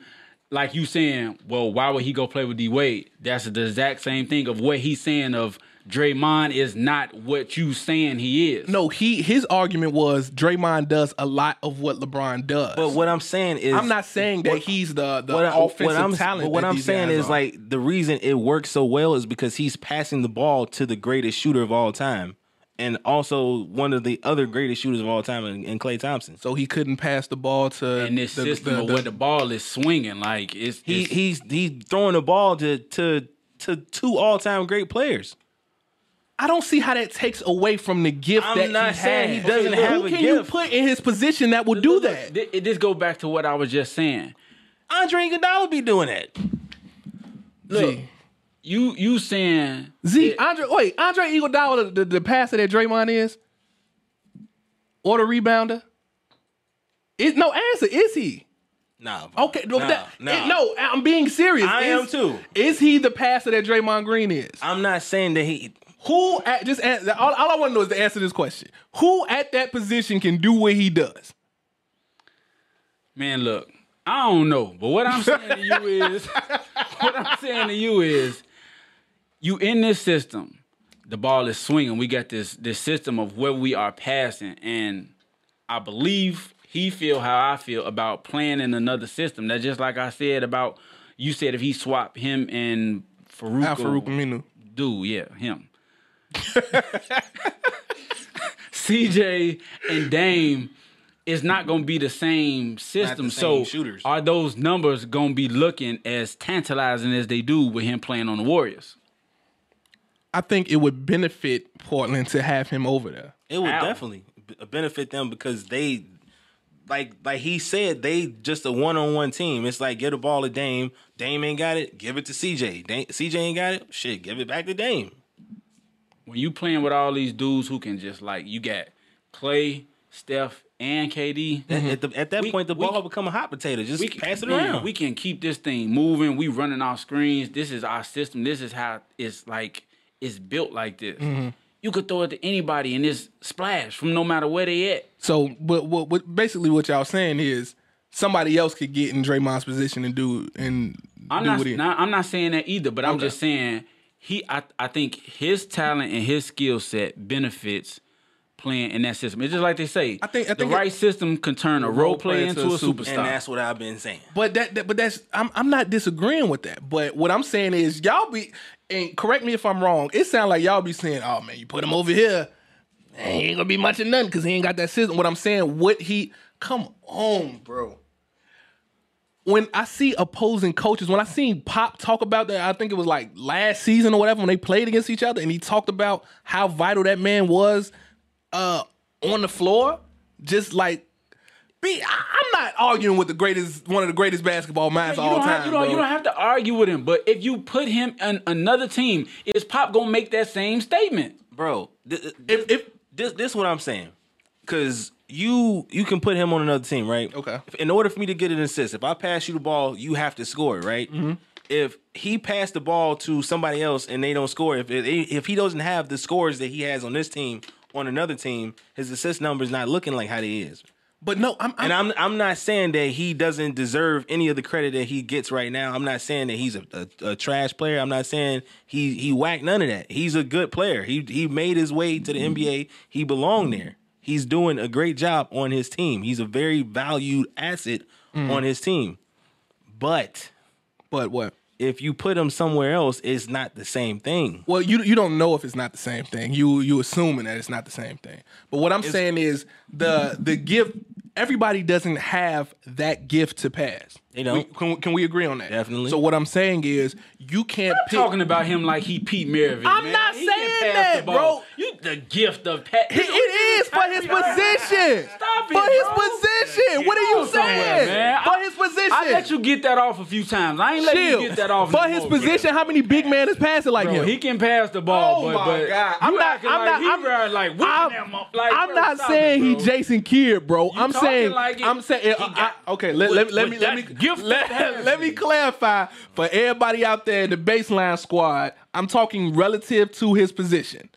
[SPEAKER 2] Like you saying, well, why would he go play with D Wade? That's the exact same thing of what he's saying of Draymond is not what you saying he is.
[SPEAKER 1] no, he his argument was Draymond does a lot of what LeBron does.
[SPEAKER 3] but what I'm saying is
[SPEAKER 1] I'm not saying that he's the the
[SPEAKER 3] what, I- what
[SPEAKER 1] offensive
[SPEAKER 3] I'm,
[SPEAKER 1] talent.
[SPEAKER 3] but what
[SPEAKER 1] that
[SPEAKER 3] I'm
[SPEAKER 1] these
[SPEAKER 3] saying
[SPEAKER 1] guys
[SPEAKER 3] is
[SPEAKER 1] are.
[SPEAKER 3] like the reason it works so well is because he's passing the ball to the greatest shooter of all time, and also one of the other greatest shooters of all time, in, in Clay Thompson.
[SPEAKER 1] so he couldn't pass the ball to
[SPEAKER 2] in this
[SPEAKER 1] the,
[SPEAKER 2] system
[SPEAKER 1] the-
[SPEAKER 2] of
[SPEAKER 1] the-
[SPEAKER 2] where the ball is swinging, like it's
[SPEAKER 3] He
[SPEAKER 2] it's-
[SPEAKER 3] he's he's throwing the ball to to to two all time great players.
[SPEAKER 1] I don't see how that takes away from the gift
[SPEAKER 3] I'm
[SPEAKER 1] that
[SPEAKER 3] not
[SPEAKER 1] he
[SPEAKER 3] saying
[SPEAKER 1] has.
[SPEAKER 3] he doesn't
[SPEAKER 1] Who
[SPEAKER 3] have a
[SPEAKER 1] can you
[SPEAKER 3] gift.
[SPEAKER 1] put in his position that will do
[SPEAKER 2] Look,
[SPEAKER 1] that?
[SPEAKER 2] thi- This, go back to what I was just saying.
[SPEAKER 3] Andre Iguodala be doing that.
[SPEAKER 2] Look, you you saying
[SPEAKER 1] Zeke, Andre, wait, Andre Iguodala, the, the passer that Draymond is, or the rebounder. Is no answer. Is he
[SPEAKER 3] Nah.
[SPEAKER 1] okay? well,
[SPEAKER 3] nah,
[SPEAKER 1] that-
[SPEAKER 3] nah.
[SPEAKER 1] it- no, I'm being serious.
[SPEAKER 3] I
[SPEAKER 1] is,
[SPEAKER 3] am too.
[SPEAKER 1] Is he the passer that Draymond Green is?
[SPEAKER 3] I'm not saying that he.
[SPEAKER 1] Who at just answer, all, all I want to know is the answer to this question. Who at that position can do what he does?
[SPEAKER 2] Man, look, I don't know, but what I'm saying to you is, [LAUGHS] what I'm saying to you is, you in this system, the ball is swinging. We got this this system of where we are passing, and I believe he feel how I feel about playing in another system. That just like I said about you said if he swap him and Farouk,
[SPEAKER 1] Al
[SPEAKER 2] or-
[SPEAKER 1] Farouk Aminu.
[SPEAKER 2] dude, yeah, him. [LAUGHS] CJ and Dame is not going to be the same system. so
[SPEAKER 3] same shooters.
[SPEAKER 2] are those numbers going to be looking as tantalizing as they do with him playing on the Warriors?
[SPEAKER 1] I think it would benefit Portland to have him over there.
[SPEAKER 3] It would
[SPEAKER 2] Ow.
[SPEAKER 3] definitely b- uh, benefit them because they, like, like he said, they just a one on one team. It's like get the ball to Dame. Dame ain't got it. Give it to CJ. Dame, CJ ain't got it. Shit, give it back to Dame.
[SPEAKER 2] When you playing with all these dudes who can just like you got Clay, Steph, and KD,
[SPEAKER 3] At, the, at that
[SPEAKER 2] Mm-hmm. We-
[SPEAKER 3] point, the
[SPEAKER 2] we-
[SPEAKER 3] ball become a hot potato. Just
[SPEAKER 2] we can,
[SPEAKER 3] pass it
[SPEAKER 2] man,
[SPEAKER 3] around.
[SPEAKER 2] We can keep this thing moving. We running off screens. This is our system. This is how it's like it's built like this. You could throw it to anybody and it's splash from no matter where they at.
[SPEAKER 1] So, but what, what basically what y'all saying is somebody else could get in Draymond's position and do and
[SPEAKER 2] I'm
[SPEAKER 1] do
[SPEAKER 2] not,
[SPEAKER 1] what he.
[SPEAKER 2] not- I'm not saying that either, but I'm
[SPEAKER 1] Okay.
[SPEAKER 2] just saying he I, I think his talent and his skill set benefits playing in that system. It's just like they say, I
[SPEAKER 1] think- I think
[SPEAKER 2] the
[SPEAKER 1] it-
[SPEAKER 2] right system can turn a role player into a superstar.
[SPEAKER 3] and that's what I've been saying.
[SPEAKER 1] But that, that- but that's I'm I'm not disagreeing with that. But what I'm saying is y'all be and correct me if I'm wrong. It sounds like y'all be saying, "Oh man, you put him over here, he ain't gonna be much of nothing because he ain't got that system." What I'm saying, what he come on, bro. When I see opposing coaches, when I seen Pop talk about that, I think it was like last season or whatever when they played against each other, and he talked about how vital that man was uh, on the floor, just like be, I- I'm not arguing with the greatest, one of the greatest basketball minds
[SPEAKER 2] You
[SPEAKER 1] of all
[SPEAKER 2] don't,
[SPEAKER 1] time.
[SPEAKER 2] have, you, don't,
[SPEAKER 1] bro.
[SPEAKER 2] you don't have to argue with him, but if you put him in another team, is Pop gonna make that same statement?
[SPEAKER 3] bro. th- th-
[SPEAKER 1] If- if-
[SPEAKER 3] this this what I'm saying, because you you can put him on another team, right?
[SPEAKER 1] Okay.
[SPEAKER 3] In order for me to get an assist, if I pass you the ball, you have to score, right? If he passed the ball to somebody else and they don't score, if if if he doesn't have the scores that he has on this team on another team, his assist number is not looking like how they is.
[SPEAKER 1] but no, I'm, I'm,
[SPEAKER 3] And I'm I'm not saying that he doesn't deserve any of the credit that he gets right now. I'm not saying that he's a, a, a trash player. I'm not saying he he whacked none of that. He's a good player. He he made his way to the NBA. He belonged there. He's doing a great job on his team. He's a very valued asset on his team. But
[SPEAKER 1] but what?
[SPEAKER 3] if you put him somewhere else, it's not the same thing.
[SPEAKER 1] Well, you you don't know if it's not the same thing. You you assuming that it's not the same thing. But what I'm saying is the the gift. Everybody doesn't have that gift to pass.
[SPEAKER 3] They don't.
[SPEAKER 1] We- can, we- can we agree on that?
[SPEAKER 3] Definitely.
[SPEAKER 1] So what I'm saying is you can't pick.
[SPEAKER 2] Talking about him like he Pete Maravich.
[SPEAKER 1] I'm
[SPEAKER 2] man.
[SPEAKER 1] not
[SPEAKER 2] He can
[SPEAKER 1] saying
[SPEAKER 2] pass
[SPEAKER 1] that,
[SPEAKER 2] the ball.
[SPEAKER 1] bro.
[SPEAKER 2] You the gift of Pat.
[SPEAKER 1] He- it is for his position.
[SPEAKER 2] Stop it,
[SPEAKER 1] for his
[SPEAKER 2] bro.
[SPEAKER 1] position. What are
[SPEAKER 2] Go
[SPEAKER 1] you
[SPEAKER 2] somewhere,
[SPEAKER 1] saying?
[SPEAKER 2] man.
[SPEAKER 1] For
[SPEAKER 2] I-
[SPEAKER 1] his position.
[SPEAKER 2] I let you get that off a few times. I ain't let
[SPEAKER 1] Chill.
[SPEAKER 2] you get that off
[SPEAKER 1] for
[SPEAKER 2] no
[SPEAKER 1] his
[SPEAKER 2] more,
[SPEAKER 1] position. How many big men is passing like
[SPEAKER 2] Bro. Bro,
[SPEAKER 1] him?
[SPEAKER 2] he can pass the ball,
[SPEAKER 1] Oh
[SPEAKER 2] but,
[SPEAKER 1] my
[SPEAKER 2] but
[SPEAKER 1] God.
[SPEAKER 2] you
[SPEAKER 1] I'm not-
[SPEAKER 2] acting
[SPEAKER 1] I'm
[SPEAKER 2] like
[SPEAKER 1] not-
[SPEAKER 2] He
[SPEAKER 1] I'm-
[SPEAKER 2] riding like whipping
[SPEAKER 1] I'm,
[SPEAKER 2] that mo- like,
[SPEAKER 1] I'm
[SPEAKER 2] bro,
[SPEAKER 1] not
[SPEAKER 2] stop
[SPEAKER 1] saying
[SPEAKER 2] it,
[SPEAKER 1] he
[SPEAKER 2] bro.
[SPEAKER 1] Jason Kidd, bro. I'm
[SPEAKER 2] talking
[SPEAKER 1] saying
[SPEAKER 2] like it.
[SPEAKER 1] I'm saying
[SPEAKER 2] He
[SPEAKER 1] I-
[SPEAKER 2] got-
[SPEAKER 1] I- okay. Let,
[SPEAKER 2] with-
[SPEAKER 1] let, let
[SPEAKER 2] with
[SPEAKER 1] me let me
[SPEAKER 2] that gift
[SPEAKER 1] let, [LAUGHS]
[SPEAKER 2] that has
[SPEAKER 1] let me
[SPEAKER 2] him.
[SPEAKER 1] clarify for everybody out there in the baseline squad. I'm talking relative to his position.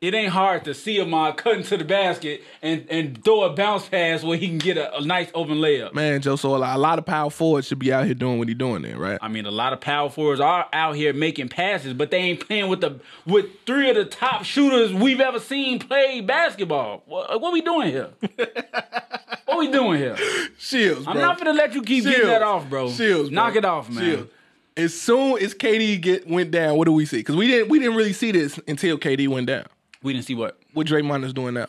[SPEAKER 2] It ain't hard to see Ahmad cutting to the basket and, and throw a bounce pass where he can get a, a nice open layup.
[SPEAKER 1] Man, Joe Sola, a lot of power forwards should be out here doing what he's doing there, right?
[SPEAKER 2] I mean, a lot of power forwards are out here making passes, but they ain't playing with the with three of the top shooters we've ever seen play basketball. What, what we
[SPEAKER 1] [LAUGHS]
[SPEAKER 2] doing here? what we doing here?
[SPEAKER 1] Shields, bro.
[SPEAKER 2] I'm not gonna let you keep getting
[SPEAKER 1] Shields.
[SPEAKER 2] that off, bro.
[SPEAKER 1] Shields, bro.
[SPEAKER 2] knock it off, man.
[SPEAKER 1] Shields. As soon as KD get went down, what do we see? Because we didn't we didn't really see this until KD went down.
[SPEAKER 2] We didn't see what
[SPEAKER 1] What Draymond is doing now?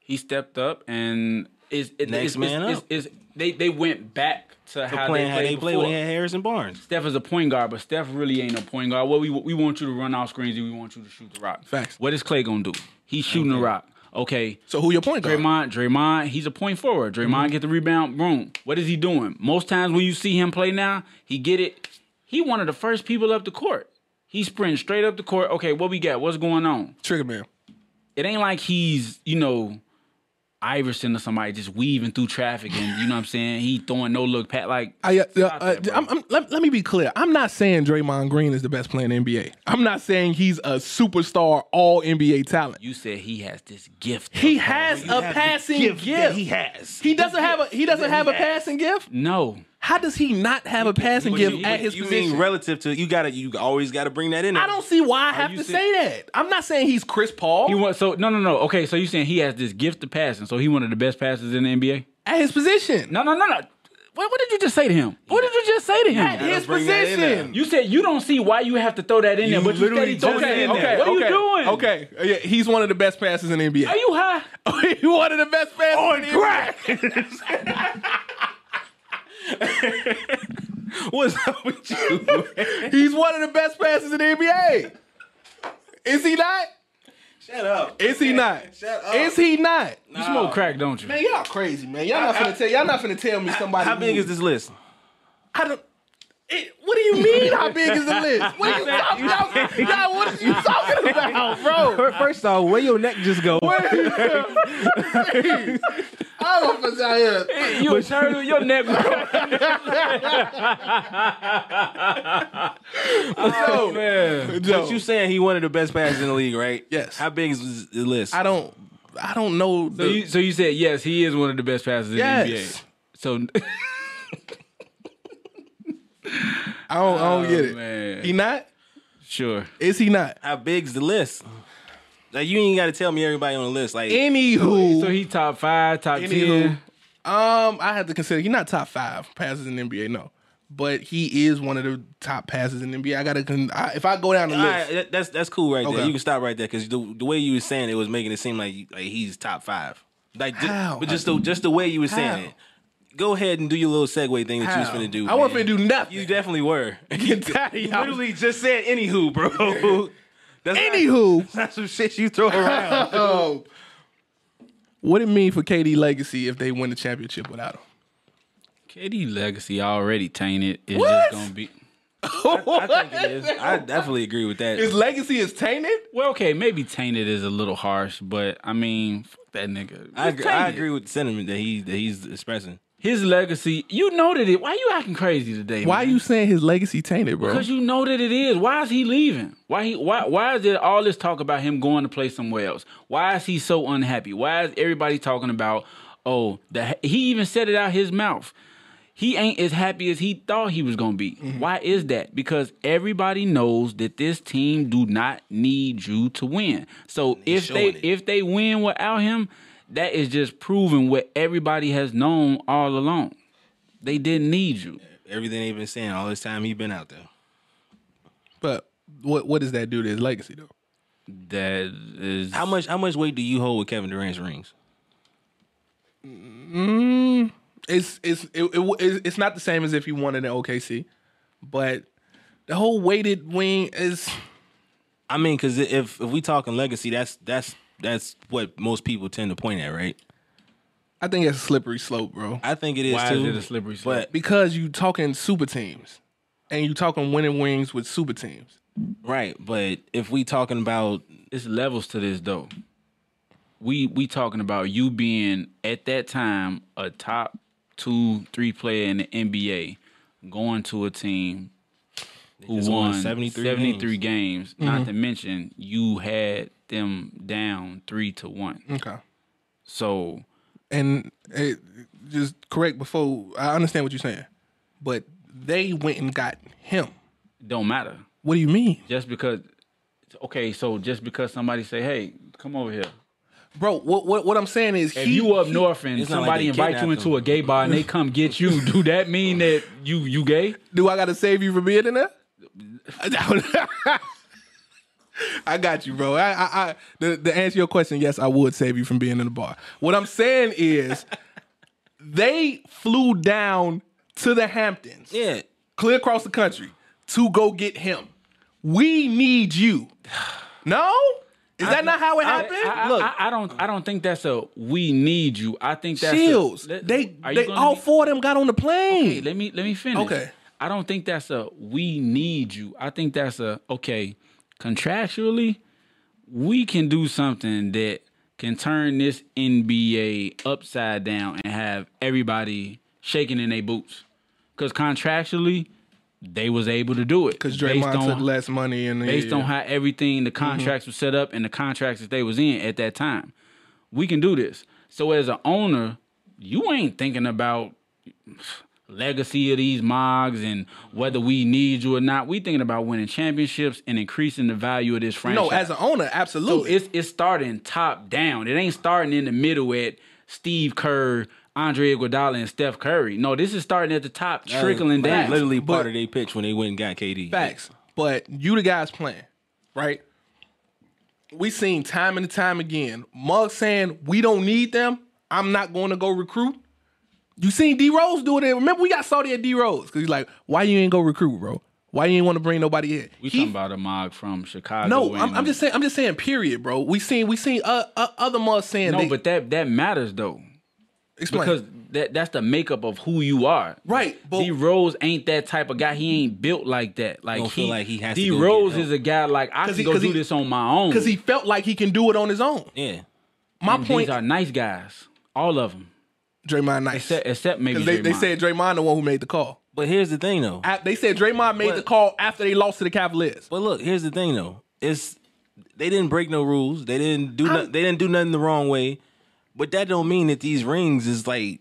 [SPEAKER 2] he stepped up and is it,
[SPEAKER 3] Next
[SPEAKER 2] it's,
[SPEAKER 3] man
[SPEAKER 2] it's,
[SPEAKER 3] up.
[SPEAKER 2] It's, it's- they they went back to how
[SPEAKER 3] playing
[SPEAKER 2] they
[SPEAKER 3] how
[SPEAKER 2] played
[SPEAKER 3] they play
[SPEAKER 2] before.
[SPEAKER 3] when he had Harrison Barnes.
[SPEAKER 2] Steph is a point guard, but Steph really ain't a point guard. What we we want you to run off screens, and we want you to shoot the rock.
[SPEAKER 1] Facts.
[SPEAKER 2] What is Clay gonna do? He's shooting the rock. Okay.
[SPEAKER 1] So who your point guard?
[SPEAKER 2] Draymond, Draymond, he's a point forward. Draymond
[SPEAKER 1] Mm-hmm.
[SPEAKER 2] get the rebound, boom. What is he doing? Most times when you see him play now, he get it. He one of the first people up the court. He's sprinting straight up the court. Okay, what we got? What's going on?
[SPEAKER 1] Trigger man.
[SPEAKER 2] It ain't like he's, you know, Iverson or somebody just weaving through traffic and you know what I'm saying? He throwing no look pat like
[SPEAKER 1] I, uh, uh,
[SPEAKER 2] Stop that, bro.
[SPEAKER 1] I'm, I'm- let, let me be clear. I'm not saying Draymond Green is the best player in the NBA. I'm not saying he's a superstar, all NBA talent.
[SPEAKER 2] you said he has this gift.
[SPEAKER 1] He has a passing gift.
[SPEAKER 3] that he has.
[SPEAKER 1] He doesn't have a he doesn't have a passing gift.
[SPEAKER 2] No.
[SPEAKER 1] How does he not have a passing gift
[SPEAKER 3] you,
[SPEAKER 1] at his
[SPEAKER 3] you
[SPEAKER 1] position?
[SPEAKER 3] mean relative to you? Got to you always got to bring that in.
[SPEAKER 1] I don't see why I have
[SPEAKER 2] you
[SPEAKER 1] to
[SPEAKER 2] se-
[SPEAKER 1] say that. I'm not saying he's Chris Paul
[SPEAKER 2] He was so no no no. Okay, so you saying he has this gift of passing, so he one of the best passes in the NBA?
[SPEAKER 1] at his position.
[SPEAKER 2] No, no, no, no. What, what did you just say to him? What did you just say to
[SPEAKER 1] At
[SPEAKER 2] him?
[SPEAKER 1] his
[SPEAKER 3] bring that in
[SPEAKER 1] position.
[SPEAKER 2] You said you don't see why you have to throw that in there,
[SPEAKER 3] You
[SPEAKER 2] but you
[SPEAKER 3] literally
[SPEAKER 2] literally throw
[SPEAKER 3] just
[SPEAKER 2] that
[SPEAKER 3] said
[SPEAKER 2] in
[SPEAKER 3] that.
[SPEAKER 2] there. What are you
[SPEAKER 1] okay,
[SPEAKER 2] doing?
[SPEAKER 1] Okay, yeah, he's one of the best passes in the NBA.
[SPEAKER 2] Are you high?
[SPEAKER 1] [LAUGHS] he one of the best passes in the NBA.
[SPEAKER 3] What's up with you?
[SPEAKER 1] He's one of the best passes in the NBA. Is he not?
[SPEAKER 3] Shut up.
[SPEAKER 1] Is he not?
[SPEAKER 3] Shut up.
[SPEAKER 1] Is he not?
[SPEAKER 2] You smoke crack, don't you?
[SPEAKER 1] Man, y'all crazy, man. Y'all not finna tell y'all not finna tell me somebody.
[SPEAKER 3] How big
[SPEAKER 1] who-
[SPEAKER 3] is this list?
[SPEAKER 1] I don't. It, what do you mean? How big is the [LAUGHS] list? What are you talking about? Nah, what are you talking about, bro?
[SPEAKER 4] First off, where your neck just go?
[SPEAKER 1] All of us out here.
[SPEAKER 2] You a turtle, your neck broke.
[SPEAKER 1] Yo, yo.
[SPEAKER 2] Man.
[SPEAKER 3] But you saying he one of the best passers in the league, right?
[SPEAKER 1] Yes.
[SPEAKER 3] How big is the list?
[SPEAKER 1] I don't. I don't know.
[SPEAKER 2] So you, so you said yes, he is one of the best passes in the
[SPEAKER 1] Yes.
[SPEAKER 2] NBA. So [LAUGHS]
[SPEAKER 1] I don't. I don't get it.
[SPEAKER 2] man.
[SPEAKER 1] He not?
[SPEAKER 2] sure.
[SPEAKER 1] Is he not?
[SPEAKER 3] How big's the list? Like you ain't got to tell me everybody on the list. Like
[SPEAKER 1] Anywho,
[SPEAKER 2] So he top five, top
[SPEAKER 1] Anywho.
[SPEAKER 2] ten.
[SPEAKER 1] um, I have to consider he's not top five passes in the NBA. No, but he is one of the top passes in the NBA. I gotta. Con- I, if I go down the
[SPEAKER 3] all
[SPEAKER 1] list,
[SPEAKER 3] right, that- that's that's cool right
[SPEAKER 1] Okay.
[SPEAKER 3] there. You can stop right there because the, the way you were saying it was making it seem like like he's top five. Like, ju-
[SPEAKER 1] How?
[SPEAKER 3] but just the just the way you were saying
[SPEAKER 1] How?
[SPEAKER 3] it. Go ahead and do your little segue thing that you was
[SPEAKER 1] How?
[SPEAKER 3] finna do.
[SPEAKER 1] I wasn't
[SPEAKER 3] man.
[SPEAKER 1] finna do nothing.
[SPEAKER 3] [LAUGHS]
[SPEAKER 1] [LAUGHS]
[SPEAKER 3] You definitely were.
[SPEAKER 1] You tired,
[SPEAKER 3] You
[SPEAKER 1] y'all.
[SPEAKER 3] literally just said anywho, bro. [LAUGHS] That's not- [LAUGHS]
[SPEAKER 1] Anywho,
[SPEAKER 3] that's some shit you throw around.
[SPEAKER 1] um, what it mean for KD legacy if they win the championship without him?
[SPEAKER 2] KD legacy already tainted. It's
[SPEAKER 1] What?
[SPEAKER 2] just gonna be
[SPEAKER 3] I think it is. I definitely agree with that.
[SPEAKER 1] His legacy is tainted.
[SPEAKER 2] well, okay, maybe tainted is a little harsh, but I mean, fuck that nigga.
[SPEAKER 3] I,
[SPEAKER 2] It's
[SPEAKER 3] agree, I
[SPEAKER 2] tainted.
[SPEAKER 3] agree with the sentiment that he that he's expressing.
[SPEAKER 2] His legacy, you know that it. Why you acting crazy today?
[SPEAKER 1] Why
[SPEAKER 2] man?
[SPEAKER 1] you saying his legacy tainted, bro?
[SPEAKER 2] Because you know that it is. Why is he leaving? Why he? Why? Why is there all this talk about him going to play somewhere else? Why is he so unhappy? Why is everybody talking about? Oh, the, he even said it out his mouth. He ain't as happy as he thought he was gonna be.
[SPEAKER 3] Mm-hmm.
[SPEAKER 2] Why is that? Because everybody knows that this team do not need you to win. So if they
[SPEAKER 3] showing it.
[SPEAKER 2] if they win without him, that is just proving what everybody has known all along. They didn't need you.
[SPEAKER 3] Everything they've been saying all this time he been out there.
[SPEAKER 1] but what what does that do to his legacy though?
[SPEAKER 2] That is
[SPEAKER 3] How much how much weight do you hold with Kevin Durant's rings?
[SPEAKER 1] It's it's it, it, it's- it's not the same as if he won it in OKC, but the whole weighted wing is
[SPEAKER 3] I mean, because if if we talking legacy, that's that's that's what most people tend to point at, right?
[SPEAKER 1] I think it's a slippery slope, bro.
[SPEAKER 3] I think it is
[SPEAKER 2] Why
[SPEAKER 3] too.
[SPEAKER 2] is it a slippery slope?
[SPEAKER 1] Because you talking super teams, and you talking winning wings with super teams.
[SPEAKER 3] But right, but if we talking about
[SPEAKER 2] it's levels to this though. We we talking about you being at that time a top two, three player in the NBA, going to a team who
[SPEAKER 3] just won
[SPEAKER 2] won
[SPEAKER 3] 73
[SPEAKER 2] 73, games.
[SPEAKER 1] Mm-hmm.
[SPEAKER 2] Not to mention you had them down three to one.
[SPEAKER 1] Okay,
[SPEAKER 2] So
[SPEAKER 1] and it, just correct before I understand what you're saying, but they went and got him.
[SPEAKER 2] don't matter.
[SPEAKER 1] What do you mean,
[SPEAKER 2] Just because okay, so just because somebody say, Hey, come over here.
[SPEAKER 1] bro? What what, what I'm saying is
[SPEAKER 2] If
[SPEAKER 1] he
[SPEAKER 2] you up north and
[SPEAKER 3] It's not like
[SPEAKER 2] somebody
[SPEAKER 3] they
[SPEAKER 2] invite you
[SPEAKER 3] kidnapped
[SPEAKER 2] into
[SPEAKER 3] him.
[SPEAKER 2] a gay bar and they come get you, [LAUGHS] do that mean that you you gay?
[SPEAKER 1] Do I gotta save you from being in there? [LAUGHS] I got you, bro. I, I, I the, to answer your question, yes, I would save you from being in the bar. What I'm saying is, [LAUGHS] they flew down to the Hamptons,
[SPEAKER 3] yeah,
[SPEAKER 1] clear across the country, to go get him. We need you. [SIGHS] No, is that not how it happened?
[SPEAKER 2] I,
[SPEAKER 3] Look.
[SPEAKER 2] Look, I, I don't. I don't think that's a we need you. I think that's a-
[SPEAKER 1] Chills.
[SPEAKER 2] let-
[SPEAKER 1] they
[SPEAKER 2] are you
[SPEAKER 1] they
[SPEAKER 2] gonna
[SPEAKER 1] all
[SPEAKER 2] be-
[SPEAKER 1] four of them got on the plane.
[SPEAKER 2] Let me let me finish.
[SPEAKER 1] Okay.
[SPEAKER 2] I don't think that's a we need you. I think that's a okay, contractually, we can do something that can turn this NBA upside down and have everybody shaking in their boots. Cause contractually, they was able to do it.
[SPEAKER 1] Because
[SPEAKER 2] based
[SPEAKER 1] Draymond
[SPEAKER 2] on-
[SPEAKER 1] took less money and
[SPEAKER 2] based
[SPEAKER 1] yeah, Mm-hmm.
[SPEAKER 2] on how everything the contracts were set up and the contracts that they was in at that time. We can do this. So as an owner, you ain't thinking about legacy of these mogs and whether we need you or not. We thinking about winning championships and increasing the value of this franchise.
[SPEAKER 1] no, as an owner,
[SPEAKER 2] So
[SPEAKER 1] absolutely.
[SPEAKER 2] it's it's starting top down. It ain't starting in the middle at Steve Kerr, Andre Iguodala, and Steph Curry. No, this is starting at the top, trickling
[SPEAKER 3] That
[SPEAKER 2] down.
[SPEAKER 3] was literally
[SPEAKER 1] but-
[SPEAKER 3] part of their pitch when they went and got KD.
[SPEAKER 1] Facts. But you the guys playing, right? We seen time and time again. Mug saying we don't need them. I'm not going to go recruit. You seen D Rose do it. And remember, we got salty at D Rose because he's like, "Why you ain't go recruit, bro? Why you ain't want to bring nobody in?"
[SPEAKER 2] We
[SPEAKER 1] He-
[SPEAKER 2] talking about a mog from Chicago.
[SPEAKER 1] no, I'm,
[SPEAKER 2] and-
[SPEAKER 1] I'm just saying. I'm just saying. Period, bro. We seen. We seen uh, uh, other mugs saying.
[SPEAKER 2] No,
[SPEAKER 1] they,
[SPEAKER 2] but that that matters though
[SPEAKER 1] explain.
[SPEAKER 2] because that that's the makeup of who you are.
[SPEAKER 1] Right, but-
[SPEAKER 2] D Rose ain't that type of guy. He ain't built like that. Like
[SPEAKER 3] Don't
[SPEAKER 2] he,
[SPEAKER 3] feel like he has to
[SPEAKER 2] D
[SPEAKER 3] go get
[SPEAKER 2] Rose
[SPEAKER 3] help.
[SPEAKER 2] is a guy like I
[SPEAKER 1] 'Cause
[SPEAKER 2] can
[SPEAKER 1] he-
[SPEAKER 2] go
[SPEAKER 1] 'cause
[SPEAKER 2] do
[SPEAKER 1] he-
[SPEAKER 2] this on my own.
[SPEAKER 1] because he felt like he can do it on his own.
[SPEAKER 3] Yeah.
[SPEAKER 1] My
[SPEAKER 2] And
[SPEAKER 1] point,
[SPEAKER 2] These are nice guys, all of them,
[SPEAKER 1] Draymond Nice,
[SPEAKER 2] except, except maybe
[SPEAKER 1] because they, they
[SPEAKER 2] Draymond.
[SPEAKER 1] said Draymond the one who made the call.
[SPEAKER 3] But here's the thing though.
[SPEAKER 1] A- They said Draymond made
[SPEAKER 3] But-
[SPEAKER 1] the call after they lost to the Cavaliers.
[SPEAKER 3] But look, here's the thing though. It's they didn't break no rules. They didn't do no,
[SPEAKER 1] I'm-
[SPEAKER 3] they didn't do nothing the wrong way. But that don't mean that these rings is like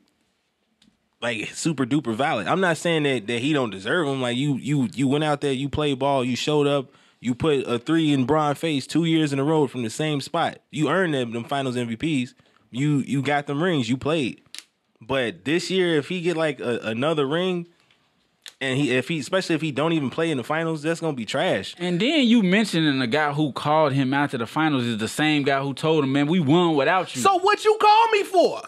[SPEAKER 3] like super duper valid. I'm not saying that that he don't deserve them. Like you you you went out there, you played ball, you showed up, you put a three in Bron face two years in a row from the same spot. You earned them them finals MVPs. You you got them rings, you played. But this year, if he get like a, another ring, and he if he especially if he don't even play in the finals, that's gonna be trash.
[SPEAKER 2] And then you mentioning the guy who called him out to the finals is the same guy who told him, "Man, we won without you."
[SPEAKER 1] So what you call me for?